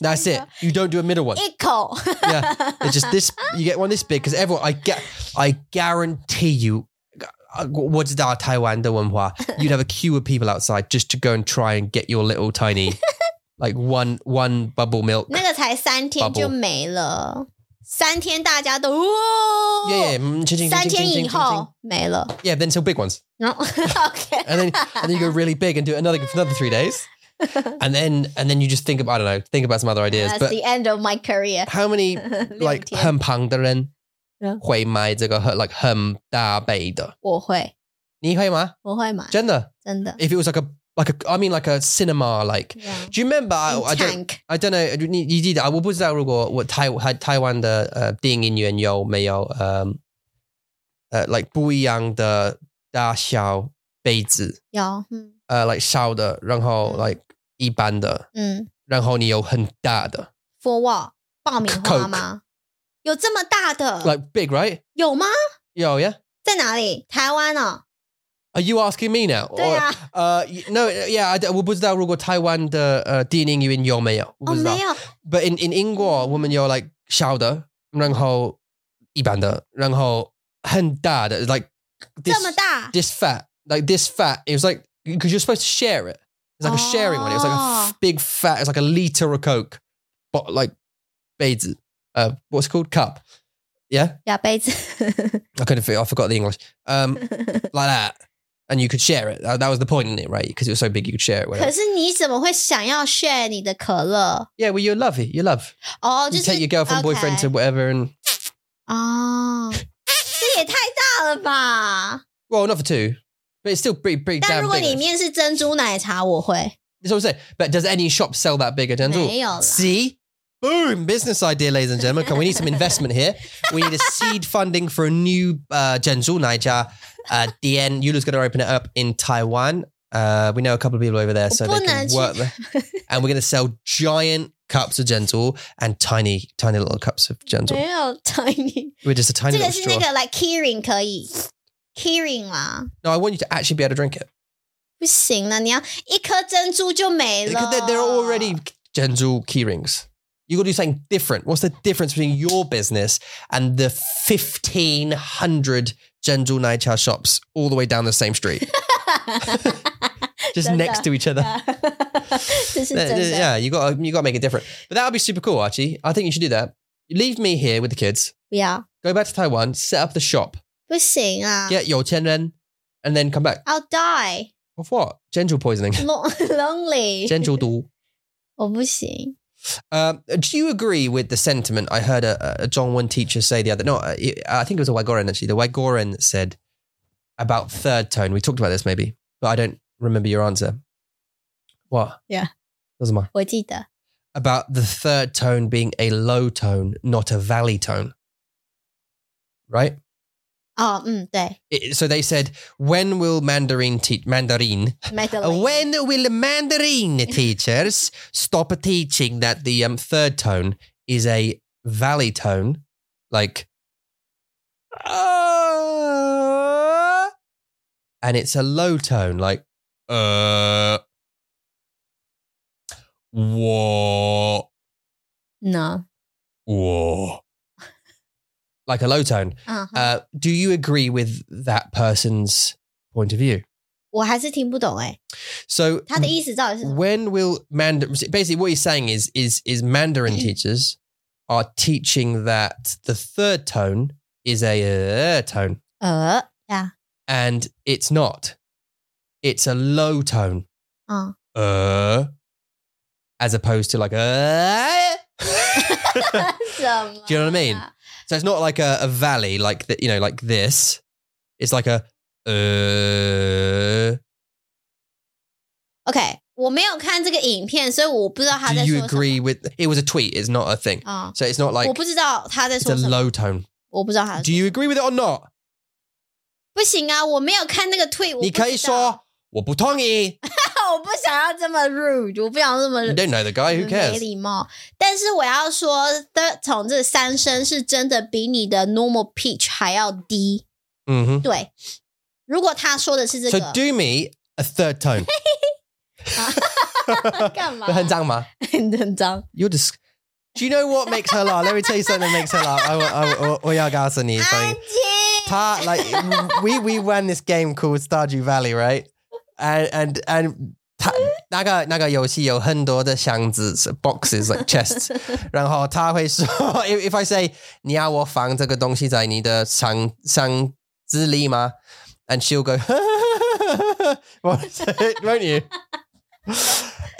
[SPEAKER 2] That's it. You don't do a middle one.
[SPEAKER 1] 一 口。
[SPEAKER 2] Yeah, It's just this. You get one this big because everyone. I get. I guarantee you. uh, What's that Taiwan the one where You'd have a queue of people outside just to go and try and get your little tiny, like one one bubble milk.
[SPEAKER 1] 那个才三天
[SPEAKER 2] Bubble
[SPEAKER 1] 就没了，三天大家都哇哦
[SPEAKER 2] Yeah, yeah. mm, ching, ching,
[SPEAKER 1] 三天
[SPEAKER 2] ching, ching, ching,
[SPEAKER 1] 以
[SPEAKER 2] ching, ching.
[SPEAKER 1] 后没了，
[SPEAKER 2] Yeah, then sell big ones,
[SPEAKER 1] 然后 OK，
[SPEAKER 2] and then and then you go really big and do it another for another three days, and then and then you just think about I don't know, think about some other ideas.
[SPEAKER 1] That's
[SPEAKER 2] But
[SPEAKER 1] the end of my career 。
[SPEAKER 2] how many
[SPEAKER 1] 六
[SPEAKER 2] like
[SPEAKER 1] 天，
[SPEAKER 2] 很胖的人
[SPEAKER 1] Yeah.
[SPEAKER 2] 会买这个很 like 很大杯的？你会吗？真的？
[SPEAKER 1] 我会，我会买，真的。
[SPEAKER 2] if it was like a like a I mean like a cinema like
[SPEAKER 1] Yeah.
[SPEAKER 2] do you remember I, I
[SPEAKER 1] In
[SPEAKER 2] don't
[SPEAKER 1] tank，
[SPEAKER 2] I don't know 你-你记得啊，我不知道如果我台台台湾的呃电影院有没有嗯，呃 like 不一样的大小杯子呃
[SPEAKER 1] 有，嗯
[SPEAKER 2] like 小的，然后 like
[SPEAKER 1] 嗯
[SPEAKER 2] 一般的，然后你有很大的
[SPEAKER 1] ，For what？爆米花吗？有这么大的？
[SPEAKER 2] like big right
[SPEAKER 1] 有吗？
[SPEAKER 2] yo yeah
[SPEAKER 1] 在哪里？台湾哦。
[SPEAKER 2] are you asking me now
[SPEAKER 1] 对
[SPEAKER 2] Or-
[SPEAKER 1] 啊，
[SPEAKER 2] 呃 no yeah I don't-
[SPEAKER 1] 哦，
[SPEAKER 2] 我不知道如果台湾的呃电影院有没有我不知道。
[SPEAKER 1] 没有，
[SPEAKER 2] But in in 英国，我们有 like 小的，然后一般的，然后很大的，like
[SPEAKER 1] 这
[SPEAKER 2] this
[SPEAKER 1] 么大。
[SPEAKER 2] this fat like this fat. It was like because you're supposed to share it. It's like a sharing one. It was like a
[SPEAKER 1] Oh.
[SPEAKER 2] f- big fat. It's like a liter of Coke, but like 杯子 uh, what's it called cup. Yeah,
[SPEAKER 1] 呀，杯子。
[SPEAKER 2] I couldn't figure. I forgot the English. Um, like that, and you could share it. That, that was the point in it, right? Because it was so big, you could share it.
[SPEAKER 1] 可
[SPEAKER 2] Whatever.
[SPEAKER 1] 是你怎么会想要 share 你的可乐？
[SPEAKER 2] Yeah, well, you love it. You love.
[SPEAKER 1] 哦，就
[SPEAKER 2] You
[SPEAKER 1] 是
[SPEAKER 2] take your girlfriend, boyfriend to
[SPEAKER 1] OK
[SPEAKER 2] whatever, and
[SPEAKER 1] 哦，这也太大了吧！
[SPEAKER 2] Well, not for two, but it's still pretty, pretty
[SPEAKER 1] 但如
[SPEAKER 2] damn
[SPEAKER 1] 果
[SPEAKER 2] big.
[SPEAKER 1] 里面是珍珠奶茶，我会
[SPEAKER 2] That's what I'm saying. But does any shop sell that big a dental?
[SPEAKER 1] 没有啦。
[SPEAKER 2] See? Boom! Business idea, ladies and gentlemen. Can we need some investment here? We need a seed funding for a new uh, Genzul Naija. Uh, DN Yula's going to open it up in Taiwan. Uh, we know a couple of people over there, so
[SPEAKER 1] 我
[SPEAKER 2] they can
[SPEAKER 1] 不能去。
[SPEAKER 2] work there. And we're going to sell giant cups of Genzul and tiny, tiny little cups of Genzul.
[SPEAKER 1] 没有 tiny，
[SPEAKER 2] We're just a
[SPEAKER 1] 这个
[SPEAKER 2] tiny little
[SPEAKER 1] 是那
[SPEAKER 2] straw.
[SPEAKER 1] 个 like Kirin 可以 Kirin 啦，
[SPEAKER 2] No, I want you to actually be able to drink it.
[SPEAKER 1] 不行了，你要一颗珍珠就没
[SPEAKER 2] Because
[SPEAKER 1] 了。
[SPEAKER 2] they're, they're already Genzul key rings. You got to do something different. What's the difference between your business and the 1,500 Genzul Naicha shops all the way down the same street, just
[SPEAKER 1] Does
[SPEAKER 2] next
[SPEAKER 1] that-
[SPEAKER 2] to each other?
[SPEAKER 1] 这是 真
[SPEAKER 2] Yeah,
[SPEAKER 1] 的，
[SPEAKER 2] you got to you got to make it different. But that would be super cool, Archie. I think you should do that. Leave me here with the kids.
[SPEAKER 1] 不要
[SPEAKER 2] Go back to Taiwan, set up the shop,
[SPEAKER 1] 不行啊
[SPEAKER 2] get your ren, and then come back.
[SPEAKER 1] ，I'll die
[SPEAKER 2] Of what? Genzul poisoning.
[SPEAKER 1] Lon- lonely，
[SPEAKER 2] Genzul du.
[SPEAKER 1] 我不行。
[SPEAKER 2] Um, do you agree with the sentiment I heard a, a Zhongwen teacher say the other? No, I I think it was a Wagoran actually. The Wagoran said about third tone. We talked about this maybe, but I don't remember your answer. What?
[SPEAKER 1] Yeah.
[SPEAKER 2] doesn't matter.
[SPEAKER 1] 我记得
[SPEAKER 2] About the third tone being a low tone, not a valley tone. Right.
[SPEAKER 1] 哦，嗯，对
[SPEAKER 2] It- so they said, when will Mandarin teach Mandarin?
[SPEAKER 1] ，Madeline，
[SPEAKER 2] When will Mandarin teachers stop teaching that the um, third tone is a valley tone? Like, uh, and it's a low tone, like, uh, whoa,
[SPEAKER 1] no，
[SPEAKER 2] whoa. Like a low tone.
[SPEAKER 1] 嗯哼，
[SPEAKER 2] Uh, do you agree with that person's point of view?
[SPEAKER 1] 我还是听不懂哎，
[SPEAKER 2] So
[SPEAKER 1] 他的意思到底是什么？
[SPEAKER 2] when will Mandarin basically what he's saying is is is Mandarin teachers are teaching that the third tone is a uh, tone,
[SPEAKER 1] uh, yeah,
[SPEAKER 2] and it's not. It's a low tone,
[SPEAKER 1] uh.
[SPEAKER 2] uh, as opposed to like uh.
[SPEAKER 1] Some-
[SPEAKER 2] Do you know what I mean? so it's not like a, a valley, like that. You know, like this. It's like a uh.
[SPEAKER 1] OK，我没有看这个影片，所以我不知道他
[SPEAKER 2] Do
[SPEAKER 1] 在
[SPEAKER 2] you
[SPEAKER 1] 说什么
[SPEAKER 2] agree with? It was a tweet. It's not a thing.
[SPEAKER 1] 啊、
[SPEAKER 2] So it's not like
[SPEAKER 1] 我不知道他在
[SPEAKER 2] it's
[SPEAKER 1] 说
[SPEAKER 2] a
[SPEAKER 1] 什么，
[SPEAKER 2] low tone.
[SPEAKER 1] 我不知道他在
[SPEAKER 2] Do
[SPEAKER 1] 说
[SPEAKER 2] you agree with it or not?
[SPEAKER 1] 不行啊，我没有看那个 tweet，我不
[SPEAKER 2] 你可以
[SPEAKER 1] 知道，
[SPEAKER 2] 说我不同意。
[SPEAKER 1] 我不想要这么 rude，我不想要这么
[SPEAKER 2] You don't know the guy. 哎 Who
[SPEAKER 1] 没
[SPEAKER 2] cares?
[SPEAKER 1] 礼貌。但是我要说的，从这三声是真的比你的 normal pitch 还要低。
[SPEAKER 2] hmm
[SPEAKER 1] 对，如果他说的是这
[SPEAKER 2] So
[SPEAKER 1] 个，
[SPEAKER 2] do me a third tone.
[SPEAKER 1] 干嘛？
[SPEAKER 2] 很脏吗？
[SPEAKER 1] 很很脏
[SPEAKER 2] You're just. Do you know what makes her laugh? Let me tell you something that makes her laugh. I, I, I,
[SPEAKER 1] 安
[SPEAKER 2] 我要告诉你，something.
[SPEAKER 1] 静。
[SPEAKER 2] Ta, like we we ran this game called Stardew Valley, right? And and and 他那个那个游戏有很多的箱子 boxes like chests，然后他会说 if if I say 你要我放这个东西在你的箱箱子里吗？And she'll go, won't it- won't you?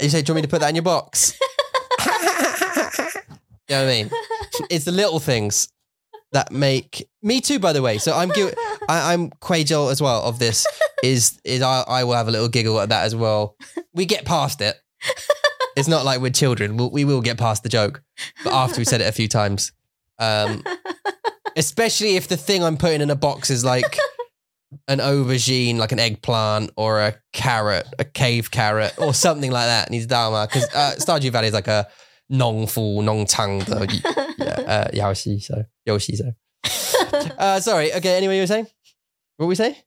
[SPEAKER 2] You say, do you want me to put that in your box? you know what I mean? It's the little things that make me too. By the way, so I'm guil- I, I'm Quajol as well. Of this is is I, I will have a little giggle at that as well. We get past it. It's not like we're children. We'll, we will get past the joke, but after we said it a few times, um, especially if the thing I'm putting in a box is like an aubergine, like an eggplant or a carrot, a cave carrot or something like that. Needs dharma because uh, Stardew Valley is like a non-fu, non-tang 的 yeah, uh, Yoshi, so Yoshi, so. uh, sorry. Okay. Anyway, you were saying what were we say?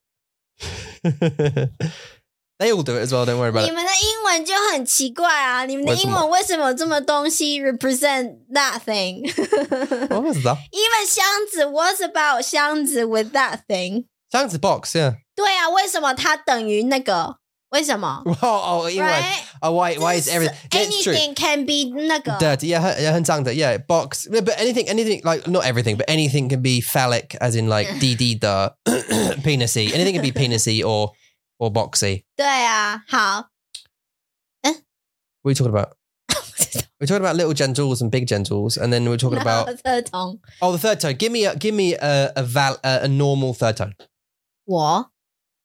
[SPEAKER 2] they all do it as well. Don't worry about
[SPEAKER 1] 你
[SPEAKER 2] it.
[SPEAKER 1] 们的英文就很奇怪啊！你们的
[SPEAKER 2] 为什
[SPEAKER 1] 英
[SPEAKER 2] 么
[SPEAKER 1] 文为什么这么东西 represent that thing？
[SPEAKER 2] What was that?
[SPEAKER 1] Even 箱子 was about 箱子 with that thing。
[SPEAKER 2] Sounds a box. Yeah.
[SPEAKER 1] 对啊，为什么它等于那个？为什么
[SPEAKER 2] Well, oh, anyway.
[SPEAKER 1] ？Right?
[SPEAKER 2] Oh, why? Why is
[SPEAKER 1] This-
[SPEAKER 2] everything? It's true.
[SPEAKER 1] Anything can be 那个。
[SPEAKER 2] Dirty, yeah, yeah, and tongue, yeah, box, Yeah, but anything, anything like not everything, but anything can be phallic, as in like DD da, penisy. Anything can be penisy or or boxy.
[SPEAKER 1] 对啊，好，
[SPEAKER 2] What are you talking about? We're talking about little gentles and big gentles, and then we're
[SPEAKER 1] 然
[SPEAKER 2] talking about
[SPEAKER 1] 后这种
[SPEAKER 2] Oh, the third tone. Give me a give me a a, val, a, a normal third tone.
[SPEAKER 1] 我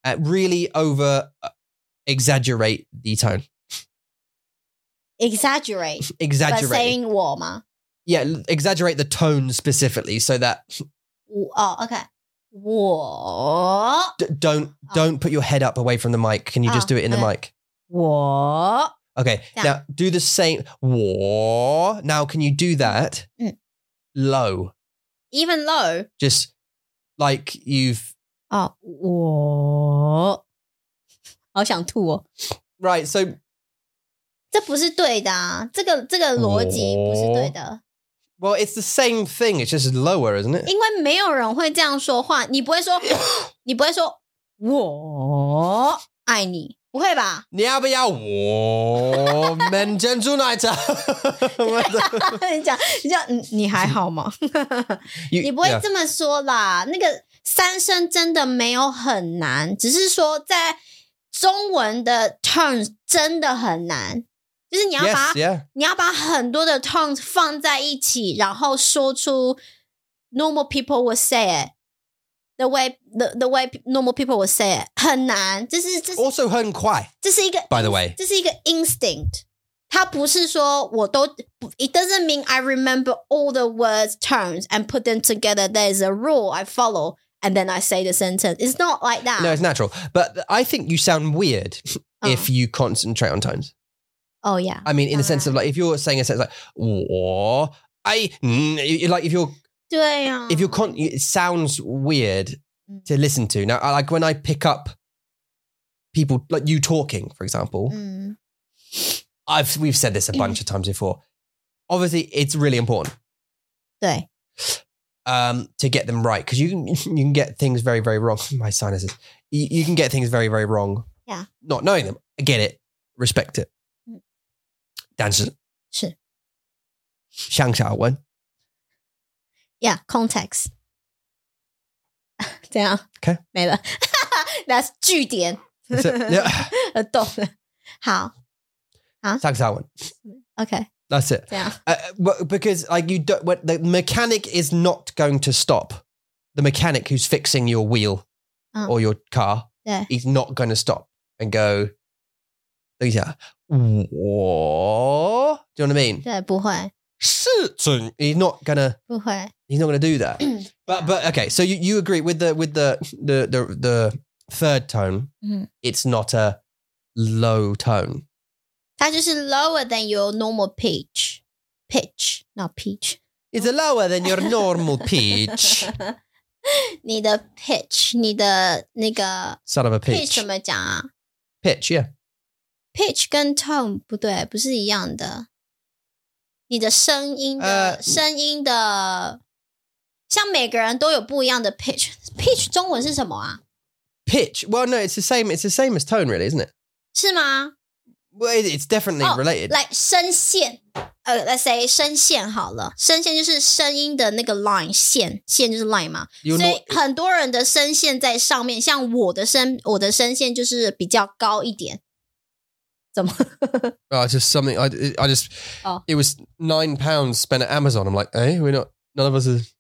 [SPEAKER 2] Uh, really over uh, exaggerate the tone.
[SPEAKER 1] exaggerate but
[SPEAKER 2] Exaggerate.
[SPEAKER 1] saying 我吗？
[SPEAKER 2] yeah, l- exaggerate the tone specifically so that
[SPEAKER 1] 我哦，OK，我
[SPEAKER 2] d- don't
[SPEAKER 1] Oh.
[SPEAKER 2] don't put your head up away from the mic. Can you just
[SPEAKER 1] Oh,
[SPEAKER 2] do it in the
[SPEAKER 1] okay.
[SPEAKER 2] mic?
[SPEAKER 1] 我
[SPEAKER 2] Okay.
[SPEAKER 1] Yeah.
[SPEAKER 2] Now do the same. War. Now can you do that
[SPEAKER 1] Mm.
[SPEAKER 2] low?
[SPEAKER 1] even though
[SPEAKER 2] Just like you've
[SPEAKER 1] 哦，我好想吐哦，
[SPEAKER 2] right. So
[SPEAKER 1] 这不是对的啊，这个这个逻辑不是对的。
[SPEAKER 2] well, it's the same thing. It's just lower, isn't it?
[SPEAKER 1] 因为没有人会这样说话，你不会说， 你不会说我爱你，不会吧？
[SPEAKER 2] 你要不要我们珍珠奶茶？
[SPEAKER 1] 你讲，你讲，嗯，你还好吗？
[SPEAKER 2] You-
[SPEAKER 1] 你不会
[SPEAKER 2] yeah.
[SPEAKER 1] 这么说啦。那个三声真的没有很难，只是说在中文的 turns 真的很难，就是你要把
[SPEAKER 2] Yes,
[SPEAKER 1] 它
[SPEAKER 2] yeah.
[SPEAKER 1] 你要把很多的 turns 放在一起，然后说出 normal people would say it。The way the the way normal people would say it 很难，这是这是
[SPEAKER 2] Also, 很快
[SPEAKER 1] 这是一个
[SPEAKER 2] By the way.
[SPEAKER 1] 这是一个 instinct。它不是说我都不，it doesn't mean I remember all the words terms and put them together. There is a rule I follow and then I say the sentence. It's not like that.
[SPEAKER 2] No, it's natural. But th- I think you sound weird if you concentrate on tones.
[SPEAKER 1] Uh. oh yeah,
[SPEAKER 2] I mean, in the sense of like, if you're saying a sentence like "我," I mm, you- like if you're
[SPEAKER 1] 对呀、
[SPEAKER 2] if you're con, it sounds weird
[SPEAKER 1] Mm.
[SPEAKER 2] to listen to. Now, I- like when I pick up people like you talking, for example,
[SPEAKER 1] 嗯
[SPEAKER 2] I've we've said this a bunch of times before. Obviously, it's really important.
[SPEAKER 1] 对，
[SPEAKER 2] um, to get them right because you can you can get things very very wrong. My sinuses, you, you can get things very very wrong.
[SPEAKER 1] Yeah. Mm.
[SPEAKER 2] not knowing them. I get it. Respect it.
[SPEAKER 1] 嗯。
[SPEAKER 2] 但是
[SPEAKER 1] 是。
[SPEAKER 2] 向下文
[SPEAKER 1] yeah context 这样
[SPEAKER 2] Okay
[SPEAKER 1] 没了， 那是据点，
[SPEAKER 2] That's it. Yeah.
[SPEAKER 1] 呃，懂了。好
[SPEAKER 2] Thanks, that one.
[SPEAKER 1] ，OK，
[SPEAKER 2] That's it.
[SPEAKER 1] 这样
[SPEAKER 2] Uh, but because like you don't, what, the mechanic is not going to stop. The mechanic who's fixing your wheel
[SPEAKER 1] Oh.
[SPEAKER 2] or your car,
[SPEAKER 1] Yeah.
[SPEAKER 2] he's not going to stop and go. Yeah. Whoa. Do you know what I mean?
[SPEAKER 1] 对，不会，
[SPEAKER 2] Certain. He's not gonna.
[SPEAKER 1] 不会，
[SPEAKER 2] He's not gonna do that. but but okay. So you, you agree with the with the the the, the third tone?
[SPEAKER 1] Mhm.
[SPEAKER 2] It's not a low tone.
[SPEAKER 1] 它就是 lower than your normal pitch pitch not pitch
[SPEAKER 2] It's a lower than your normal pitch.
[SPEAKER 1] 你的 pitch 你的那个
[SPEAKER 2] Son of a
[SPEAKER 1] pitch
[SPEAKER 2] pitch.
[SPEAKER 1] 怎么讲啊
[SPEAKER 2] Pitch. Yeah.
[SPEAKER 1] pitch 跟 tone 不对不是一样的，你的声音的、
[SPEAKER 2] 呃
[SPEAKER 1] 声音的，像每个人都有不一样的 pitch pitch 中文是什么啊？
[SPEAKER 2] pitch. Well, no, it's the same. It's the same as tone, really, isn't it?
[SPEAKER 1] 是吗？
[SPEAKER 2] Well, it, it's definitely
[SPEAKER 1] Oh,
[SPEAKER 2] related.
[SPEAKER 1] 来声线，呃，let's say 声线好了，声线就是声音的那个 line 线，线就是 line 嘛，
[SPEAKER 2] You're
[SPEAKER 1] 所
[SPEAKER 2] not.
[SPEAKER 1] 以很多人的声线在上面，像我的声，我的声线就是比较高一点。怎么？
[SPEAKER 2] Oh, it's just something. I, I just.
[SPEAKER 1] Oh.
[SPEAKER 2] It was nine pounds spent at Amazon. I'm like, eh, we're not. None of us is.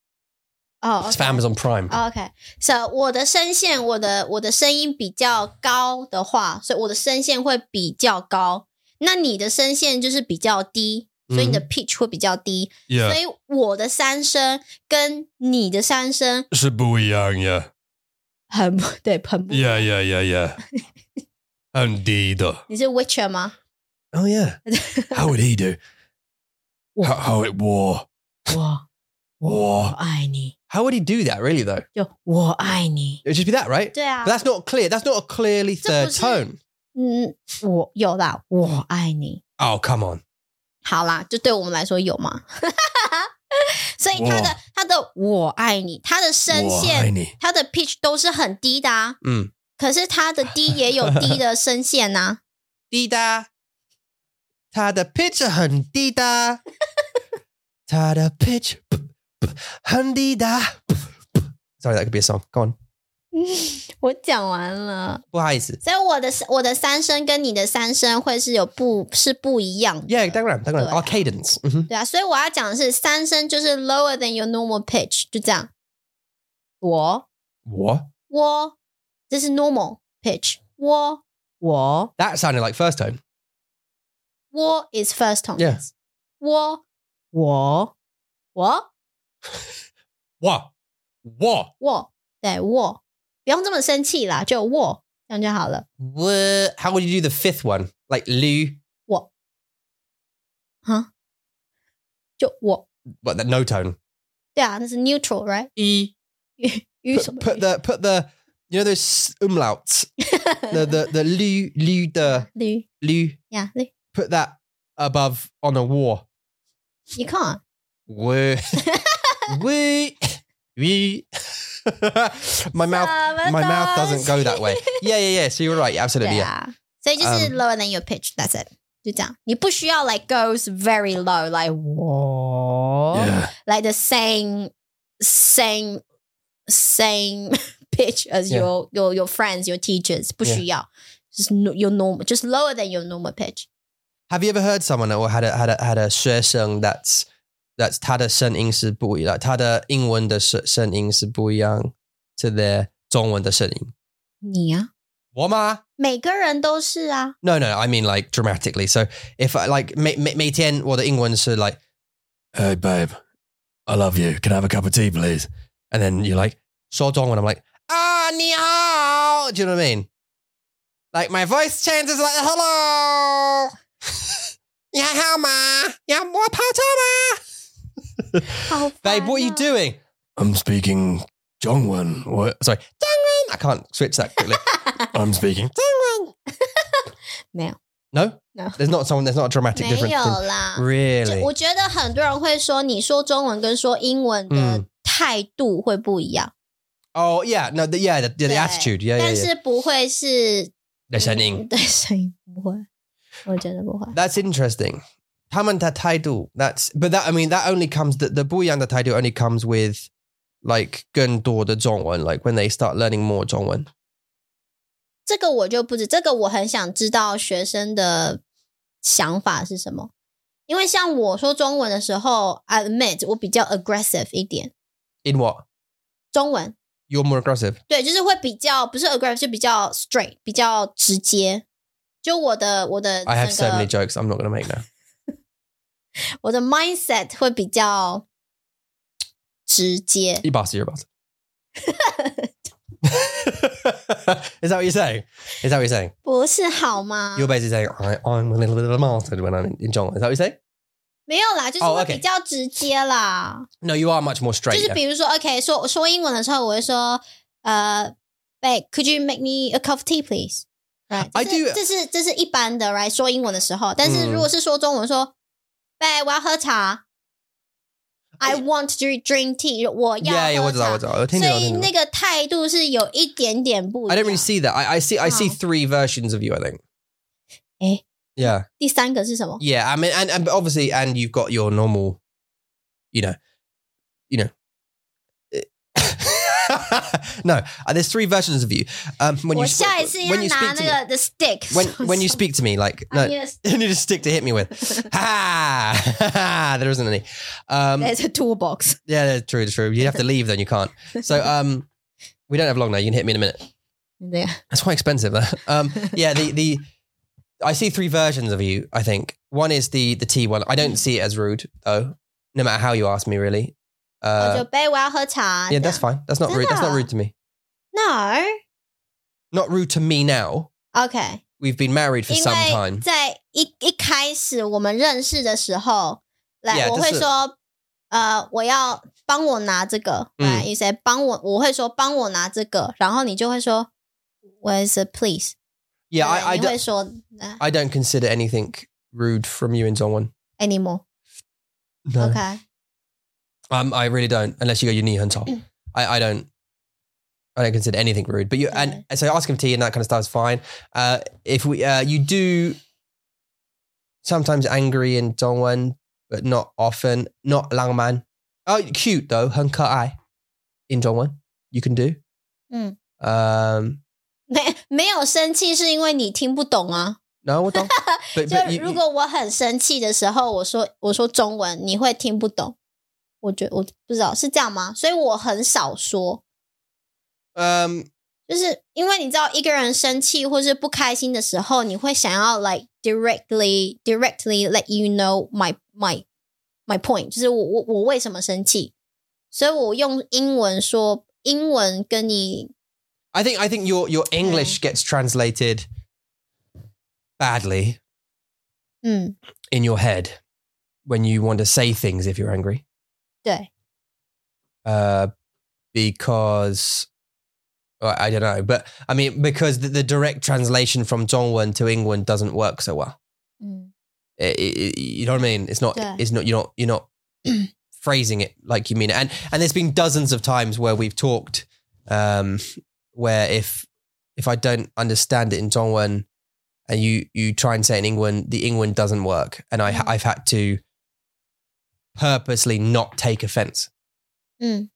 [SPEAKER 1] 哦、
[SPEAKER 2] It's for Amazon Prime.
[SPEAKER 1] o k so 我的声线，我的我的声音比较高的话，所以我的声线会比较高。那你的声线就是比较低，所以你的 pitch 会比较低。所
[SPEAKER 2] yeah.
[SPEAKER 1] 以我的三声跟你的三声
[SPEAKER 2] It's a buoy young, yeah.
[SPEAKER 1] 很不对，很不。
[SPEAKER 2] yeah, yeah, yeah. Indeed. Oh,
[SPEAKER 1] 你是 Witcher 吗？
[SPEAKER 2] yeah. How would he do? How, how it war.
[SPEAKER 1] 我
[SPEAKER 2] War.
[SPEAKER 1] 爱你，
[SPEAKER 2] How would he do that, really, though?
[SPEAKER 1] 就我爱你。
[SPEAKER 2] It would just be that, right?
[SPEAKER 1] 对啊
[SPEAKER 2] But，that's not clear. That's not a clearly third
[SPEAKER 1] was it.
[SPEAKER 2] tone.
[SPEAKER 1] 嗯，我有啦，我爱你。
[SPEAKER 2] Oh, come on.
[SPEAKER 1] 好啦，就对我们来说有嘛。 所以他的
[SPEAKER 2] 哇
[SPEAKER 1] 他的我爱你，他的声线，
[SPEAKER 2] Whiny.
[SPEAKER 1] 他的 pitch 都是很低的啊。
[SPEAKER 2] 嗯，
[SPEAKER 1] 可是他的低也有低的声线啊呐、
[SPEAKER 2] 滴答，他的 pitch 很滴 答，他的 pitch 很滴答。Sorry, that could be a song. Go on.
[SPEAKER 1] 我讲完了，
[SPEAKER 2] 不好意思。
[SPEAKER 1] 所以我的我的三声跟你的三声会是有不是不一样的。
[SPEAKER 2] Yeah，当然，当然。
[SPEAKER 1] 对啊
[SPEAKER 2] Our cadence，嗯 Mm-hmm. 哼，
[SPEAKER 1] 对啊，所以我要讲的是三声就是 lower than your normal pitch，就这样。我
[SPEAKER 2] 我。
[SPEAKER 1] 我这是 normal pitch，我我
[SPEAKER 2] That sounded like first tone.
[SPEAKER 1] 我 is first tone，、
[SPEAKER 2] Yeah.
[SPEAKER 1] 我我我
[SPEAKER 2] 哇哇
[SPEAKER 1] 我对我，不用这么生气啦，就我这样就好了。
[SPEAKER 2] 我。How would you do the fifth one? Like Lou,
[SPEAKER 1] 我啊，就我
[SPEAKER 2] but the no tone.
[SPEAKER 1] 对啊，那是 neutral，right？
[SPEAKER 2] E.
[SPEAKER 1] 与什么
[SPEAKER 2] Put, put the put the you know those umlauts the the the Lou Lou the
[SPEAKER 1] 驴
[SPEAKER 2] Lou
[SPEAKER 1] 呀驴
[SPEAKER 2] put that above on a war.
[SPEAKER 1] ，you can't。
[SPEAKER 2] Woo. Woo. Woo. my mouth
[SPEAKER 1] 什么
[SPEAKER 2] my
[SPEAKER 1] 东
[SPEAKER 2] mouth doesn't go
[SPEAKER 1] 西
[SPEAKER 2] that way. Yeah, yeah, yeah. So you're right. Absolutely.
[SPEAKER 1] 对
[SPEAKER 2] Yeah.
[SPEAKER 1] 啊，所以就是
[SPEAKER 2] Um,
[SPEAKER 1] lower than your pitch, that's it，就这样，你不需要 like goes very low, like 我 like the same same same pitch as
[SPEAKER 2] Yeah.
[SPEAKER 1] your your your friends, your teachers，不
[SPEAKER 2] Yeah.
[SPEAKER 1] 需要，就是 no- your normal, just lower than your normal pitch。
[SPEAKER 2] Have you ever heard someone or had a had a had a 学生 that's that's 他的声音是不一样 like 他的英文的声音是不一样 to their 中文的声音。
[SPEAKER 1] 你啊，
[SPEAKER 2] 我吗？
[SPEAKER 1] 每个人都是啊，
[SPEAKER 2] No, no, I mean like dramatically. So if I like ma- ma- 每天 or the Englands are like, hey babe, I love you. Can I have a cup of tea, please? And then you're like, so dong, and I'm like, ah, ni hao. Do you know what I mean? Like my voice changes like, hello. Yeah, how ma? Yeah, more ma.
[SPEAKER 1] 好
[SPEAKER 2] Babe, what are you
[SPEAKER 1] 烦啊
[SPEAKER 2] doing? I'm speaking Jongwon. What? Sorry, Jongwon. I can't switch that quickly. I'm speaking Jongwon.
[SPEAKER 1] No.
[SPEAKER 2] No?
[SPEAKER 1] No.
[SPEAKER 2] There's not someone, there's not a dramatic
[SPEAKER 1] 没
[SPEAKER 2] difference. in-
[SPEAKER 1] 有啦，就
[SPEAKER 2] Really?
[SPEAKER 1] 我觉得很多人会说，你说中文跟说英文的
[SPEAKER 2] 嗯
[SPEAKER 1] 态度会不一样，
[SPEAKER 2] Oh, yeah. No, the, yeah, the, the,
[SPEAKER 1] Yeah.
[SPEAKER 2] attitude. Yeah, yeah,
[SPEAKER 1] 但
[SPEAKER 2] yeah.
[SPEAKER 1] 是不会是
[SPEAKER 2] The sending.
[SPEAKER 1] 对声音不会，我觉得不会。
[SPEAKER 2] That's interesting. 他们的态度, that's, but that, I mean, that only comes, the, the 不一样的态度 only comes with like 更多的中文？Like when they start learning more 中文？
[SPEAKER 1] 这个我就不知，这个我很想知道学生的想法是什么。因为像我说中文的时候，I admit 我比较 aggressive 一点，
[SPEAKER 2] In what?
[SPEAKER 1] 中文
[SPEAKER 2] You're more aggressive.
[SPEAKER 1] 对，就是会比较不是 aggressive 就比较 straight，比较直接。就我的我的
[SPEAKER 2] I have
[SPEAKER 1] 整
[SPEAKER 2] so
[SPEAKER 1] 个
[SPEAKER 2] many jokes I'm not going to make now.
[SPEAKER 1] 我的 mindset 会比较直接，
[SPEAKER 2] You bastard, you're a bastard. Is that what you're saying? Is that what you're saying?
[SPEAKER 1] 不是好吗？
[SPEAKER 2] You're basically saying, I, I'm a little bit of a bastard when I'm in John. Is that what you say?
[SPEAKER 1] 没有啦，就是
[SPEAKER 2] 哦
[SPEAKER 1] 会
[SPEAKER 2] ，OK
[SPEAKER 1] 比较直接啦。
[SPEAKER 2] No, you are much more straight.
[SPEAKER 1] 就是
[SPEAKER 2] yeah.
[SPEAKER 1] 比如说，OK，说说英文的时候，我会说，呃、b a b e c o u l d you make me a cup of tea, please? Right，
[SPEAKER 2] I
[SPEAKER 1] 这是
[SPEAKER 2] do-
[SPEAKER 1] 这是这是一般的，right？说英文的时候，但是
[SPEAKER 2] 嗯
[SPEAKER 1] 如果是说中文，说，babe，我要喝茶，I want to drink tea，我要
[SPEAKER 2] yeah, yeah,
[SPEAKER 1] 喝
[SPEAKER 2] what's that?
[SPEAKER 1] 茶
[SPEAKER 2] What's that? I
[SPEAKER 1] 所以那个态度是有一点点不一
[SPEAKER 2] don't
[SPEAKER 1] 样
[SPEAKER 2] really。see that. I, I see I see
[SPEAKER 1] Oh.
[SPEAKER 2] three versions of you, I think.
[SPEAKER 1] Eh?
[SPEAKER 2] Yeah.
[SPEAKER 1] 第三个是什么？
[SPEAKER 2] Yeah. I mean and, and obviously and you've got your normal, you know, you know. no, uh, there's three versions of you. Um, when
[SPEAKER 1] 我
[SPEAKER 2] you
[SPEAKER 1] 下一次
[SPEAKER 2] sp-
[SPEAKER 1] 要
[SPEAKER 2] when you
[SPEAKER 1] 拿
[SPEAKER 2] speak
[SPEAKER 1] 那
[SPEAKER 2] to me,
[SPEAKER 1] 个 the stick。
[SPEAKER 2] when when you speak to me, like no, you need a stick to hit me with. ha! ha! there isn't any. Um,
[SPEAKER 1] There's a toolbox.
[SPEAKER 2] yeah, that's true, that's true. You have to leave, then you can't. So um, we don't have long now. You can hit me in a minute.
[SPEAKER 1] 对啊，
[SPEAKER 2] That's quite expensive. though. Um, yeah, the the I see three versions of you. I think one is the the T one. I don't see it as rude though. No matter how you ask me, really.
[SPEAKER 1] 我
[SPEAKER 2] Uh,
[SPEAKER 1] 就杯我要喝茶。
[SPEAKER 2] yeah, that's fine. That's not rude. That's not rude to me.
[SPEAKER 1] No.
[SPEAKER 2] Not rude to me now.
[SPEAKER 1] Okay.
[SPEAKER 2] We've been married for
[SPEAKER 1] 因
[SPEAKER 2] some
[SPEAKER 1] 为
[SPEAKER 2] time.
[SPEAKER 1] 在一一开始我们认识的时候，来
[SPEAKER 2] Yeah，
[SPEAKER 1] 我会
[SPEAKER 2] 就是
[SPEAKER 1] 说，呃，我要帮我拿这个，
[SPEAKER 2] 嗯
[SPEAKER 1] 来，你谁帮我？我会说帮我拿这个，然后你就会说，Where's the please？对
[SPEAKER 2] Yeah, I, I
[SPEAKER 1] 你会
[SPEAKER 2] don't
[SPEAKER 1] 说呃
[SPEAKER 2] I don't consider anything rude from you in someone.
[SPEAKER 1] anymore。
[SPEAKER 2] No.
[SPEAKER 1] OK，
[SPEAKER 2] Um, I really don't, unless you go your knee on top. I, I don't. I don't consider anything rude, but you and so ask him tea and that kind of stuff is fine. Uh, if we, uh, you do sometimes angry in Dongwon, but not often. Not Langman. Oh, cute though, Hun Ai in Dongwon. You can do.
[SPEAKER 1] Mm.
[SPEAKER 2] Um,
[SPEAKER 1] 没没有生气是因为你听不懂啊。
[SPEAKER 2] no, what dong? but,
[SPEAKER 1] 就
[SPEAKER 2] but you,
[SPEAKER 1] 如
[SPEAKER 2] you,
[SPEAKER 1] 果我很生气的时候，我说我说中文，你会听不懂。我觉我不知道是这样吗？所以我很少说。
[SPEAKER 2] um,
[SPEAKER 1] 就是因为你知道一个人生气或是不开心的时候，你会想要 like directly directly let you know my my my point，就是我我我为什么生气，所以我用英文说英文跟你
[SPEAKER 2] I think I think your your English gets translated badly.
[SPEAKER 1] 嗯
[SPEAKER 2] in your head when you want to say things if you're angry
[SPEAKER 1] 对
[SPEAKER 2] uh, because well, I don't know, but I mean because the, the direct translation from Dongwon to England doesn't work so well.
[SPEAKER 1] 嗯
[SPEAKER 2] It- it- it- you know what I mean? It's not.
[SPEAKER 1] Yeah.
[SPEAKER 2] It's not. You're not. You're not phrasing it like you mean it. And and there's been dozens of times where we've talked, um, where if if I don't understand it in Dongwon, and you you try and say it in England, the England doesn't work, and I
[SPEAKER 1] Mm.
[SPEAKER 2] I've had to purposely not take offense.
[SPEAKER 1] Mm.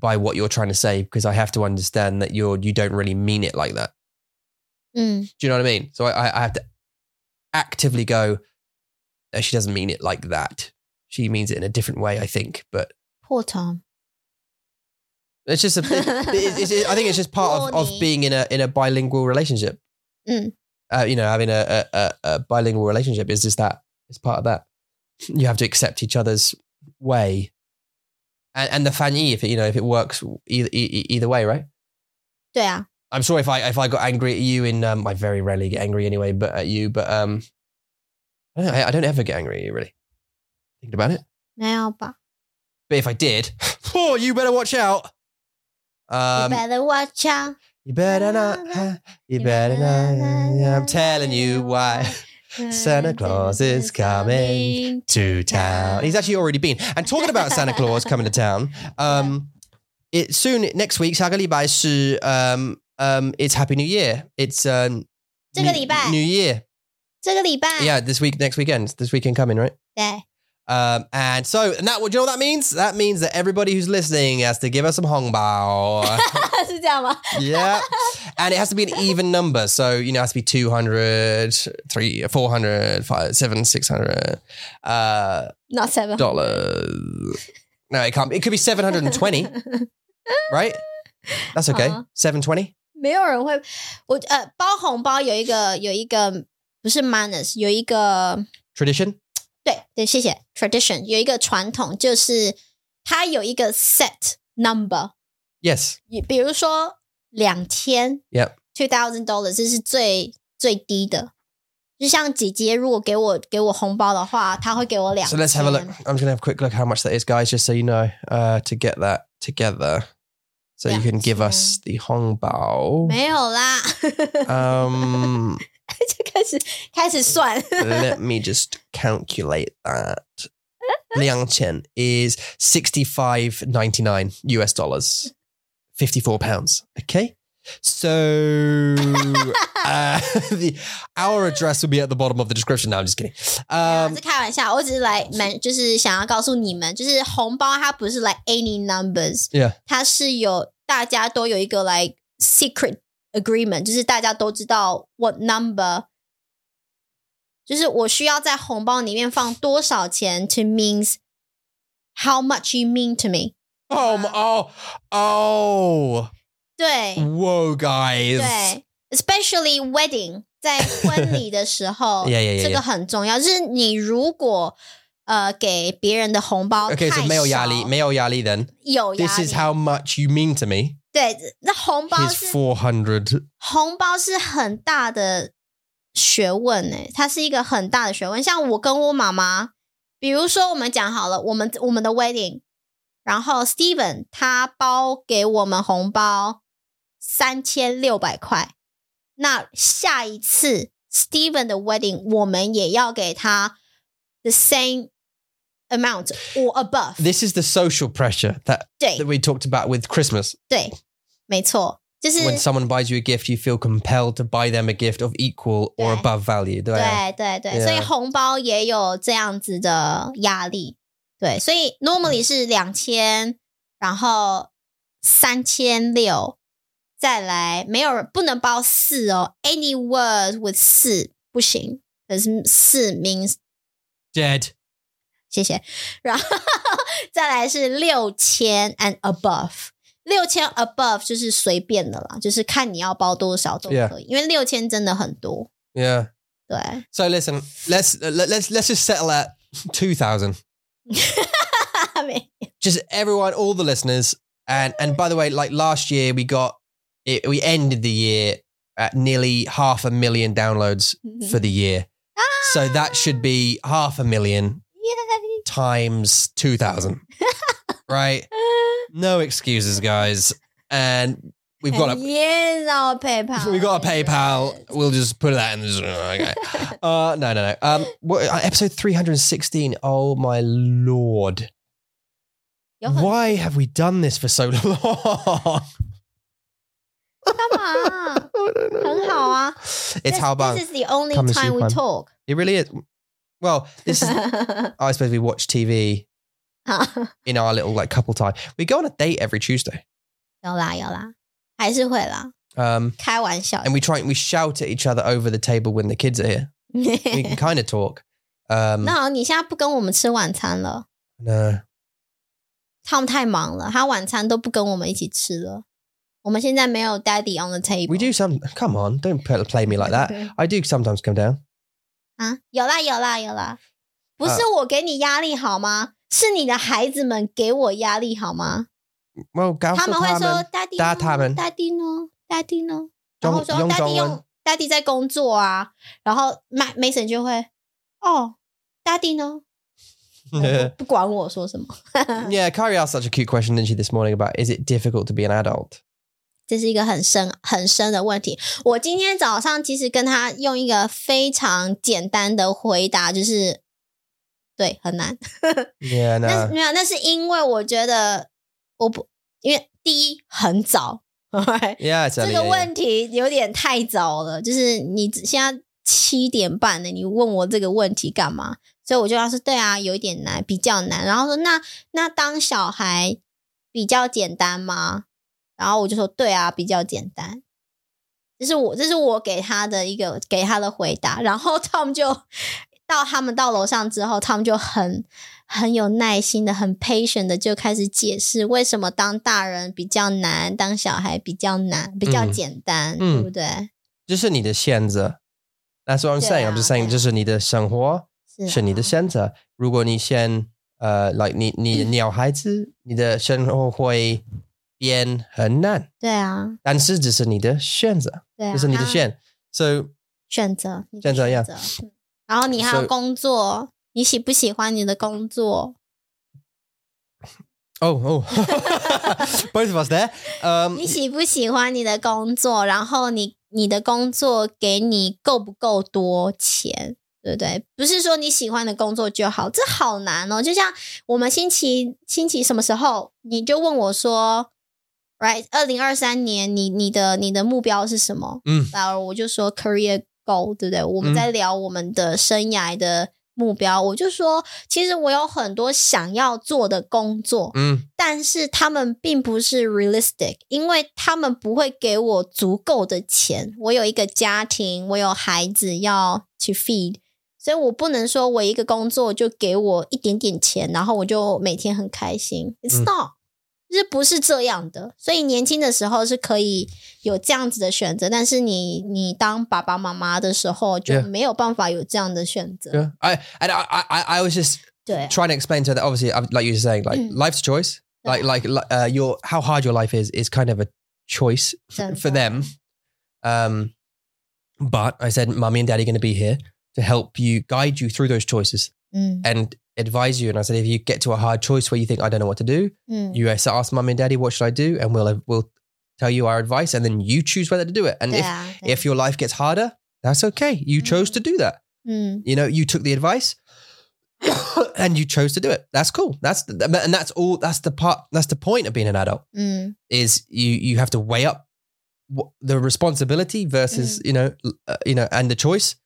[SPEAKER 2] By what you're trying to say, because I have to understand that you're you don't really mean it like that.
[SPEAKER 1] 嗯
[SPEAKER 2] Do you know what I mean? So I, I I have to actively go. "No, She doesn't mean it like that. She means it in a different way, I think. But
[SPEAKER 1] 破头，
[SPEAKER 2] it's just a. it- it's- it's- I think it's just part of, of
[SPEAKER 1] Horny.
[SPEAKER 2] being in a in a bilingual relationship.
[SPEAKER 1] Mm.
[SPEAKER 2] Uh, you know, having a, a, a, a bilingual relationship is just that. It's part of that. You have to accept each other's way, and and the fanny if it, you know if it works either e- e- either way, right?
[SPEAKER 1] 对啊，
[SPEAKER 2] I'm sure if I if I got angry at you in um, I very rarely get angry anyway, but at you, but um, I don't, I, I don't ever get angry at you really. Thinking about it,
[SPEAKER 1] 没有吧、
[SPEAKER 2] but if I did, oh, you better watch out.
[SPEAKER 1] y o u
[SPEAKER 2] Um,
[SPEAKER 1] better watch out.
[SPEAKER 2] you better not. You better not. I'm telling you why. Santa Claus is coming to town. He's actually already been. And talking about Santa Claus coming to town, um, it soon next week. 下个礼拜是 um um it's Happy New Year. It's um
[SPEAKER 1] 这个礼拜
[SPEAKER 2] New New Year.
[SPEAKER 1] 这个礼拜
[SPEAKER 2] Yeah, this week next weekend. This weekend coming, right?
[SPEAKER 1] 对
[SPEAKER 2] Um, and so, and that, do you know what that means? That means that everybody who's listening has to give us some hongbao.
[SPEAKER 1] 是这样吗？
[SPEAKER 2] yeah. And it has to be an even number. So, you know, it has to be 200, 3, 400, 5, 7, 600 uh,
[SPEAKER 1] Not seven.
[SPEAKER 2] dollars. No, it can't be. It could be 720, right? That's okay.
[SPEAKER 1] Uh-huh.
[SPEAKER 2] 720?
[SPEAKER 1] 没有人会，我呃，包红包有一个有一个不是 manners，有一个
[SPEAKER 2] Tradition?
[SPEAKER 1] 对对，谢谢 tradition 有一个传统，就是它有一个 set number，
[SPEAKER 2] Yes.
[SPEAKER 1] 也比如说两千
[SPEAKER 2] Yep.
[SPEAKER 1] two thousand dollars，这是最最低的。就像姐姐如果给我给我红包的话，她会给我两。
[SPEAKER 2] So let's have a look. I'm just going to have a quick look how much that is, guys, just so you know, uh, to get that together. So you
[SPEAKER 1] Yeah,
[SPEAKER 2] can give
[SPEAKER 1] so-
[SPEAKER 2] us the hongbao.
[SPEAKER 1] 没有啦，
[SPEAKER 2] 啊 Um,
[SPEAKER 1] 就开始开始 算。
[SPEAKER 2] let me just calculate that. Liang Chen is 65.99 US dollars, 54 pounds. Okay. So uh, the, our address will be at the bottom of the description. No, I'm just kidding.
[SPEAKER 1] 我
[SPEAKER 2] Um,
[SPEAKER 1] 是开玩笑，我只是来蛮，就是想要告诉你们，就是红包它不是来 any numbers，
[SPEAKER 2] Yeah.
[SPEAKER 1] 它是有大家都有一个来 secret agreement，就是大家都知道 what number，就是我需要在红包里面放多少钱 to means how much you mean to me。
[SPEAKER 2] oh, m- oh, oh,
[SPEAKER 1] 对
[SPEAKER 2] whoa, guys.
[SPEAKER 1] 对，especially wedding，在婚礼的时候
[SPEAKER 2] Yeah, yeah, yeah,
[SPEAKER 1] 这
[SPEAKER 2] yeah.
[SPEAKER 1] 个很重要。就是你如果呃给别人的红包
[SPEAKER 2] Okay,
[SPEAKER 1] 太少
[SPEAKER 2] so male yali, male yali then.
[SPEAKER 1] 有压
[SPEAKER 2] This
[SPEAKER 1] 力
[SPEAKER 2] is how much you mean to me.
[SPEAKER 1] 对，那红包
[SPEAKER 2] Here's
[SPEAKER 1] 是
[SPEAKER 2] 400.
[SPEAKER 1] 红包是很大的学问呢、欸它是一个很大的学问。像我跟我妈妈，比如说我们讲好了，我们我们的 wedding，然后 Steven 他包给我们红包三千六百块，那下一次 Steven 的 wedding 我们也要给他 the same amount or above。
[SPEAKER 2] This is the social pressure that
[SPEAKER 1] 对
[SPEAKER 2] that we talked about with Christmas.
[SPEAKER 1] 对，没错，就是。
[SPEAKER 2] When someone buys you a gift, you feel compelled to buy them a gift of equal or
[SPEAKER 1] Yeah.
[SPEAKER 2] above value.
[SPEAKER 1] 对对对，啊
[SPEAKER 2] Yeah.
[SPEAKER 1] 所以红包也有这样子的压力。对，所以 normally 是两千，然后三千六，再来没有不能包四哦，any word with 四不行，可是四 means
[SPEAKER 2] Dead.
[SPEAKER 1] 谢谢，然后 再来是六千 and above。六千 above 就是随便的啦，就是看你要包多少都可以
[SPEAKER 2] Yeah.
[SPEAKER 1] 因为六千真的很多。
[SPEAKER 2] Yeah.
[SPEAKER 1] 对，
[SPEAKER 2] So listen, let's let, let's let's just settle at two thousand.
[SPEAKER 1] 没
[SPEAKER 2] Just everyone, all the listeners, and and by the way, like last year, we got it, we ended the year at nearly half a million downloads for the year. So that should be half a million
[SPEAKER 1] 耶
[SPEAKER 2] times two thousand, right? No excuses, guys. And we've got
[SPEAKER 1] And
[SPEAKER 2] a
[SPEAKER 1] Here's our PayPal.
[SPEAKER 2] we've got a PayPal. We'll just put that in. Okay. Uh, no, no, no. Um, what, uh, episode three hundred and sixteen. Oh my lord!
[SPEAKER 1] 有很
[SPEAKER 2] Why have we done this for so long?
[SPEAKER 1] 干嘛？很好 啊，
[SPEAKER 2] It's how bang.
[SPEAKER 1] This is the only
[SPEAKER 2] Come and
[SPEAKER 1] time we
[SPEAKER 2] see
[SPEAKER 1] talk.
[SPEAKER 2] It really is. Well, this is. I suppose we watch TV
[SPEAKER 1] 好，
[SPEAKER 2] in our little like couple time. We go on a date every Tuesday.
[SPEAKER 1] 有啦有啦，还是会啦，
[SPEAKER 2] Um,
[SPEAKER 1] 开玩笑。
[SPEAKER 2] and we try and we shout at each other over the table when the kids are here. We can kind of talk. Um,
[SPEAKER 1] 那好，你现在不跟我们吃晚餐了。
[SPEAKER 2] no.
[SPEAKER 1] Tom 太忙了，他晚餐都不跟我们一起吃了。我们现在没有 Daddy on the table。
[SPEAKER 2] We do some. Come on, don't pl- play me like that. I do sometimes come down.
[SPEAKER 1] 啊，有啦有啦有啦，不
[SPEAKER 2] 啊
[SPEAKER 1] 是我给你压力好吗？是你的孩子们给我压力好吗？
[SPEAKER 2] Well,
[SPEAKER 1] 他们会说
[SPEAKER 2] Galford
[SPEAKER 1] 大地
[SPEAKER 2] 搭他们
[SPEAKER 1] 大地呢，大地呢，然后
[SPEAKER 2] 中
[SPEAKER 1] 说
[SPEAKER 2] 用
[SPEAKER 1] 大
[SPEAKER 2] 中
[SPEAKER 1] 地
[SPEAKER 2] 文
[SPEAKER 1] 用大地在工作啊，然后 Ma- Mason 就会哦，大地呢，
[SPEAKER 2] 呃
[SPEAKER 1] 然后不管我说什么，
[SPEAKER 2] yeah, Kari asked such a cute question, didn't she, this morning about is it difficult to be an adult?
[SPEAKER 1] 这是一个很深很深的问题。我今天早上其实跟他用一个非常简单的回答，就是对很难。
[SPEAKER 2] Yeah,
[SPEAKER 1] 那
[SPEAKER 2] no.
[SPEAKER 1] 没有，那是因为我觉得我不因为第一很早。
[SPEAKER 2] Yeah, it's
[SPEAKER 1] 这
[SPEAKER 2] early,
[SPEAKER 1] 个
[SPEAKER 2] yeah, yeah.
[SPEAKER 1] 问题有点太早了，就是你只现在七点半了，你问我这个问题干嘛？所以我就要说，对啊，有一点难，比较难。然后说，那那当小孩比较简单吗？然后我就说，对啊，比较简单。这是我，这是我给他的一个给他的回答。然后 Tom 就到他们到楼上之后，他们就很很有耐心的、很 patient 的就开始解释为什么当大人比较难，当小孩比较难，比较
[SPEAKER 2] 嗯
[SPEAKER 1] 简单，
[SPEAKER 2] 嗯
[SPEAKER 1] 对不对？
[SPEAKER 2] 就是你的选择。That's what I'm
[SPEAKER 1] 对
[SPEAKER 2] saying.
[SPEAKER 1] 啊
[SPEAKER 2] I'm just
[SPEAKER 1] 对
[SPEAKER 2] saying，
[SPEAKER 1] 啊
[SPEAKER 2] 就是你的生活
[SPEAKER 1] 是
[SPEAKER 2] 是你的
[SPEAKER 1] 啊
[SPEAKER 2] 选择。如果你先呃，like uh, 你你你有孩子，你的生活会变很难，
[SPEAKER 1] 对啊，
[SPEAKER 2] 但是这是你的选择，
[SPEAKER 1] 对啊，
[SPEAKER 2] 这是你的
[SPEAKER 1] 他
[SPEAKER 2] 选。So
[SPEAKER 1] 选择，你的
[SPEAKER 2] 选择一样
[SPEAKER 1] 择嗯然后你还有
[SPEAKER 2] So-
[SPEAKER 1] 工作，你喜不喜欢你的工作？
[SPEAKER 2] oh oh, both of us there. Um,
[SPEAKER 1] 你喜不喜欢你的工作？然后你你的工作给你够不够多钱？对不对？不是说你喜欢的工作就好，这好难哦。就像我们星期星期什么时候，你就问我说，right，二零二三年你你的你的目标是什么？
[SPEAKER 2] 嗯
[SPEAKER 1] 然后我就说 career goal，对不对？我们在聊我们的生涯的目标，我就说，其实我有很多想要做的工作，
[SPEAKER 2] 嗯
[SPEAKER 1] 但是他们并不是 realistic，因为他们不会给我足够的钱。我有一个家庭，我有孩子要去 feed，所以我不能说我一个工作就给我一点点钱，然后我就每天很开心。It's
[SPEAKER 2] 嗯
[SPEAKER 1] not，、就是不是这样的。所以年轻的时候是可以有这样子的选择，但是你你当爸爸妈妈的时候就
[SPEAKER 2] Yeah
[SPEAKER 1] 没有办法有这样的选择。
[SPEAKER 2] yeah. I and I I I- I was just
[SPEAKER 1] 对啊
[SPEAKER 2] trying to explain to her that obviously I- like you were saying like
[SPEAKER 1] Mm.
[SPEAKER 2] life's a choice like like li- uh, your how hard your life is is kind of a choice
[SPEAKER 1] 真
[SPEAKER 2] for
[SPEAKER 1] 的
[SPEAKER 2] them um but i said mommy and daddy are going to be here to help you guide you through those choices
[SPEAKER 1] 嗯
[SPEAKER 2] and advise you and i said if you get to a hard choice where you think i don't know what to do
[SPEAKER 1] 嗯
[SPEAKER 2] you ask ask mommy and daddy what should i do and we'll we'll tell you our advice and then you choose whether to do it and
[SPEAKER 1] 对
[SPEAKER 2] if
[SPEAKER 1] 啊，对
[SPEAKER 2] if your life gets harder that's okay you chose
[SPEAKER 1] Mm.
[SPEAKER 2] to do that
[SPEAKER 1] 嗯
[SPEAKER 2] you know you took the advice and you chose to do it that's cool that's and that's all that's the part that's the point of being an adult
[SPEAKER 1] 嗯
[SPEAKER 2] is you you have to weigh up wh- the responsibility versus you know l- uh, you know and the choice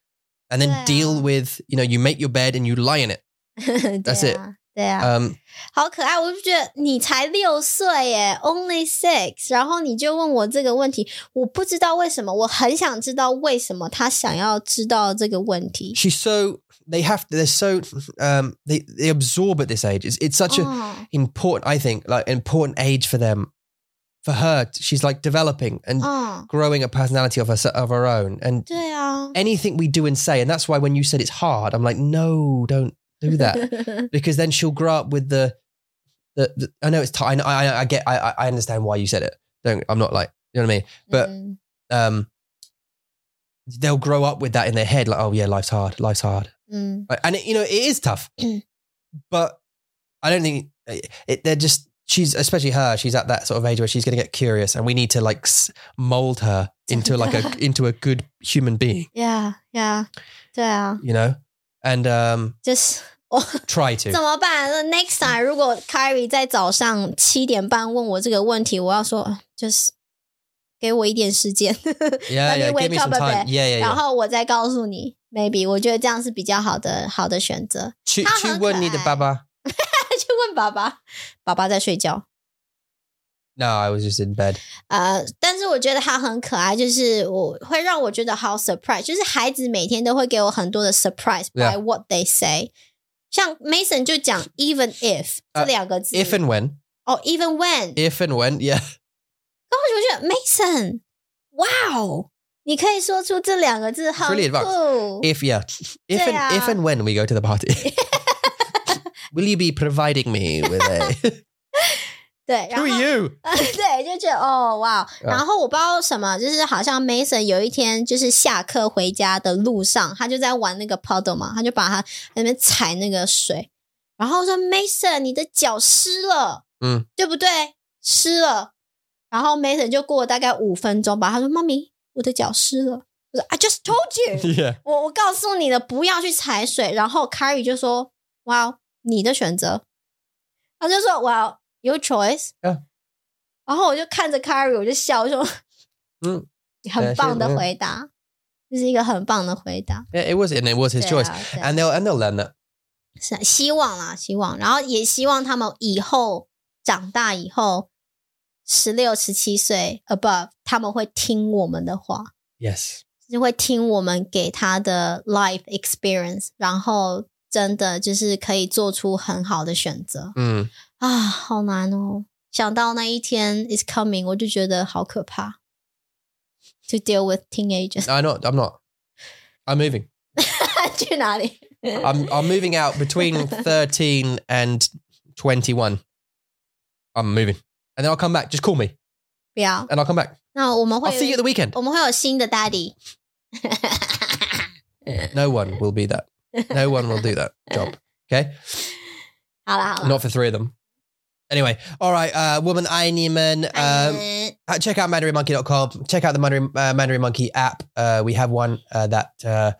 [SPEAKER 2] and then
[SPEAKER 1] Yeah.
[SPEAKER 2] deal with you know you make your bed and you lie in it
[SPEAKER 1] ，That's
[SPEAKER 2] it
[SPEAKER 1] 对啊，
[SPEAKER 2] um
[SPEAKER 1] 好可爱！我就觉得你才六岁耶，only six，然后你就问我这个问题，我不知道为什么，我很想知道为什么他想要知道这个问题。
[SPEAKER 2] she's so they have they're so um they they absorb at this age it's, it's such a
[SPEAKER 1] 哦
[SPEAKER 2] important i think like important age for them for her she's like developing and
[SPEAKER 1] 哦，
[SPEAKER 2] growing a personality of her of her own and
[SPEAKER 1] 对啊，
[SPEAKER 2] anything we do and say. And that's why when you said it's hard, I'm like, no, don't do that. because then she'll grow up with the, the, the I know it's tight. I, I, I get, I, I- I understand why you said it. Don't, I'm not like, you know what I mean? But-
[SPEAKER 1] 嗯
[SPEAKER 2] Um, they'll grow up with that in their head. Like, oh yeah, life's hard. Life's hard.
[SPEAKER 1] 嗯
[SPEAKER 2] Like, and it, you know, it is tough, but I don't think it, they're just, she's, especially her, she's at that sort of age where she's going to get curious and we need to like s- mold her into like a, into a good human being,
[SPEAKER 1] ，yeah yeah，对啊，
[SPEAKER 2] you know? And, um,
[SPEAKER 1] 就是我
[SPEAKER 2] try to.
[SPEAKER 1] 怎么办？那 next time 如果 Kyrie 在早上七点半问我这个问题，我要说呃就是给我一点时间。
[SPEAKER 2] Yeah,
[SPEAKER 1] Let me
[SPEAKER 2] yeah.
[SPEAKER 1] wake
[SPEAKER 2] Give me some
[SPEAKER 1] up a bit.
[SPEAKER 2] time. Yeah, yeah,
[SPEAKER 1] 然
[SPEAKER 2] yeah.
[SPEAKER 1] 后我再告诉你，maybe 我觉得这样是比较好的好的选择。
[SPEAKER 2] 去
[SPEAKER 1] 他
[SPEAKER 2] 去
[SPEAKER 1] 很
[SPEAKER 2] 问
[SPEAKER 1] 可
[SPEAKER 2] 你的
[SPEAKER 1] 爱
[SPEAKER 2] 爸爸。
[SPEAKER 1] 他去问爸爸，爸爸在睡觉。
[SPEAKER 2] No, I was just in bed.
[SPEAKER 1] 呃，但是我觉得他很可爱，就是我会让我觉得好 surprise，就是孩子每天都会给我很多的 surprise by
[SPEAKER 2] Yeah.
[SPEAKER 1] what they say。像 Mason 就讲 even if 这
[SPEAKER 2] 呃
[SPEAKER 1] 两个字
[SPEAKER 2] If and when,
[SPEAKER 1] 哦 even when，
[SPEAKER 2] if and when, yeah.
[SPEAKER 1] 然后我就觉得 Mason，哇哦，你可以说出这两个字，很
[SPEAKER 2] really
[SPEAKER 1] cool。
[SPEAKER 2] If yeah, if and if
[SPEAKER 1] Yeah.
[SPEAKER 2] and when we go to the party, will you be providing me with a?
[SPEAKER 1] 对，然
[SPEAKER 2] Who
[SPEAKER 1] 后
[SPEAKER 2] are you?
[SPEAKER 1] 对，就觉得哦哇，然后我不知道什么，就是好像 Mason 有一天就是下课回家的路上，他就在玩那个 puddle 嘛，他就把他那边踩那个水，然后说 Mason 你的脚湿了，
[SPEAKER 2] 嗯，
[SPEAKER 1] 对不对？湿了，然后 Mason 就过了大概五分钟吧，他说妈咪我的脚湿了，我说 I just told you，
[SPEAKER 2] Yeah,
[SPEAKER 1] 我我告诉你了，不要去踩水，然后 Carrie 就说哇哦你的选择，他就说哇哦 your choice。然后我就看着 Carrie，我就笑，我就说：“
[SPEAKER 2] 嗯
[SPEAKER 1] 嗯，很棒的回答，这是一个很棒的回答。
[SPEAKER 2] yeah. It was and it was
[SPEAKER 1] 对
[SPEAKER 2] his
[SPEAKER 1] 啊”
[SPEAKER 2] choice,
[SPEAKER 1] 对啊
[SPEAKER 2] and they'll and they'll learn that.
[SPEAKER 1] 是啊希望啦，希望，然后也希望他们以后长大以后，十六、十七岁 above，他们会听我们的话，
[SPEAKER 2] Yes.
[SPEAKER 1] 就是会听我们给他的 life experience，然后真的就是可以做出很好的选择
[SPEAKER 2] Mm.
[SPEAKER 1] 啊，好难哦！想到那一天 is coming，我就觉得好可怕。To deal with teenagers，
[SPEAKER 2] I know. I'm not. I'm moving.
[SPEAKER 1] 去哪里？
[SPEAKER 2] I'm I'm moving out between 13 and 21. I'm moving. And then I'll come back. Just call me
[SPEAKER 1] 不要。
[SPEAKER 2] and I'll come back.
[SPEAKER 1] 那我们会
[SPEAKER 2] I'll see you at the weekend.
[SPEAKER 1] 我们会有新的 daddy。
[SPEAKER 2] No one will be that. No one will do that job. Okay.
[SPEAKER 1] 好啦好啦，
[SPEAKER 2] Not for three of them. Anyway, all right, uh, woman Eineman,
[SPEAKER 1] 爱
[SPEAKER 2] um,
[SPEAKER 1] 你们
[SPEAKER 2] Uh, check out mandarinmonkey.com. Check out the Mandarin, uh, Mandarin Monkey app. Uh, we have one uh, that uh,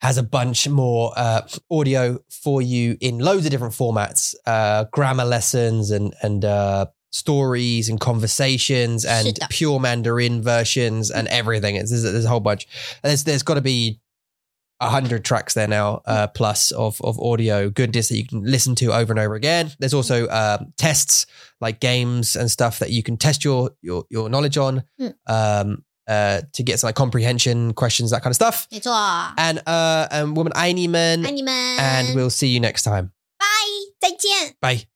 [SPEAKER 2] has a bunch more uh, audio for you in loads of different formats uh, grammar lessons and, and uh, stories and conversations and
[SPEAKER 1] Shit.
[SPEAKER 2] pure Mandarin versions and everything. It's, there's, there's a whole bunch. And there's, there's got to be. a 100 tracks there now uh, plus of, of audio goodness that you can listen to over and over again there's also uh, tests like games and stuff that you can test your your your knowledge on
[SPEAKER 1] Mm.
[SPEAKER 2] um uh to get some like comprehension questions that kind of stuff
[SPEAKER 1] 没错，爱
[SPEAKER 2] and uh and woman Eineman
[SPEAKER 1] 你们，
[SPEAKER 2] and we'll see you next time
[SPEAKER 1] 拜，再见。
[SPEAKER 2] bye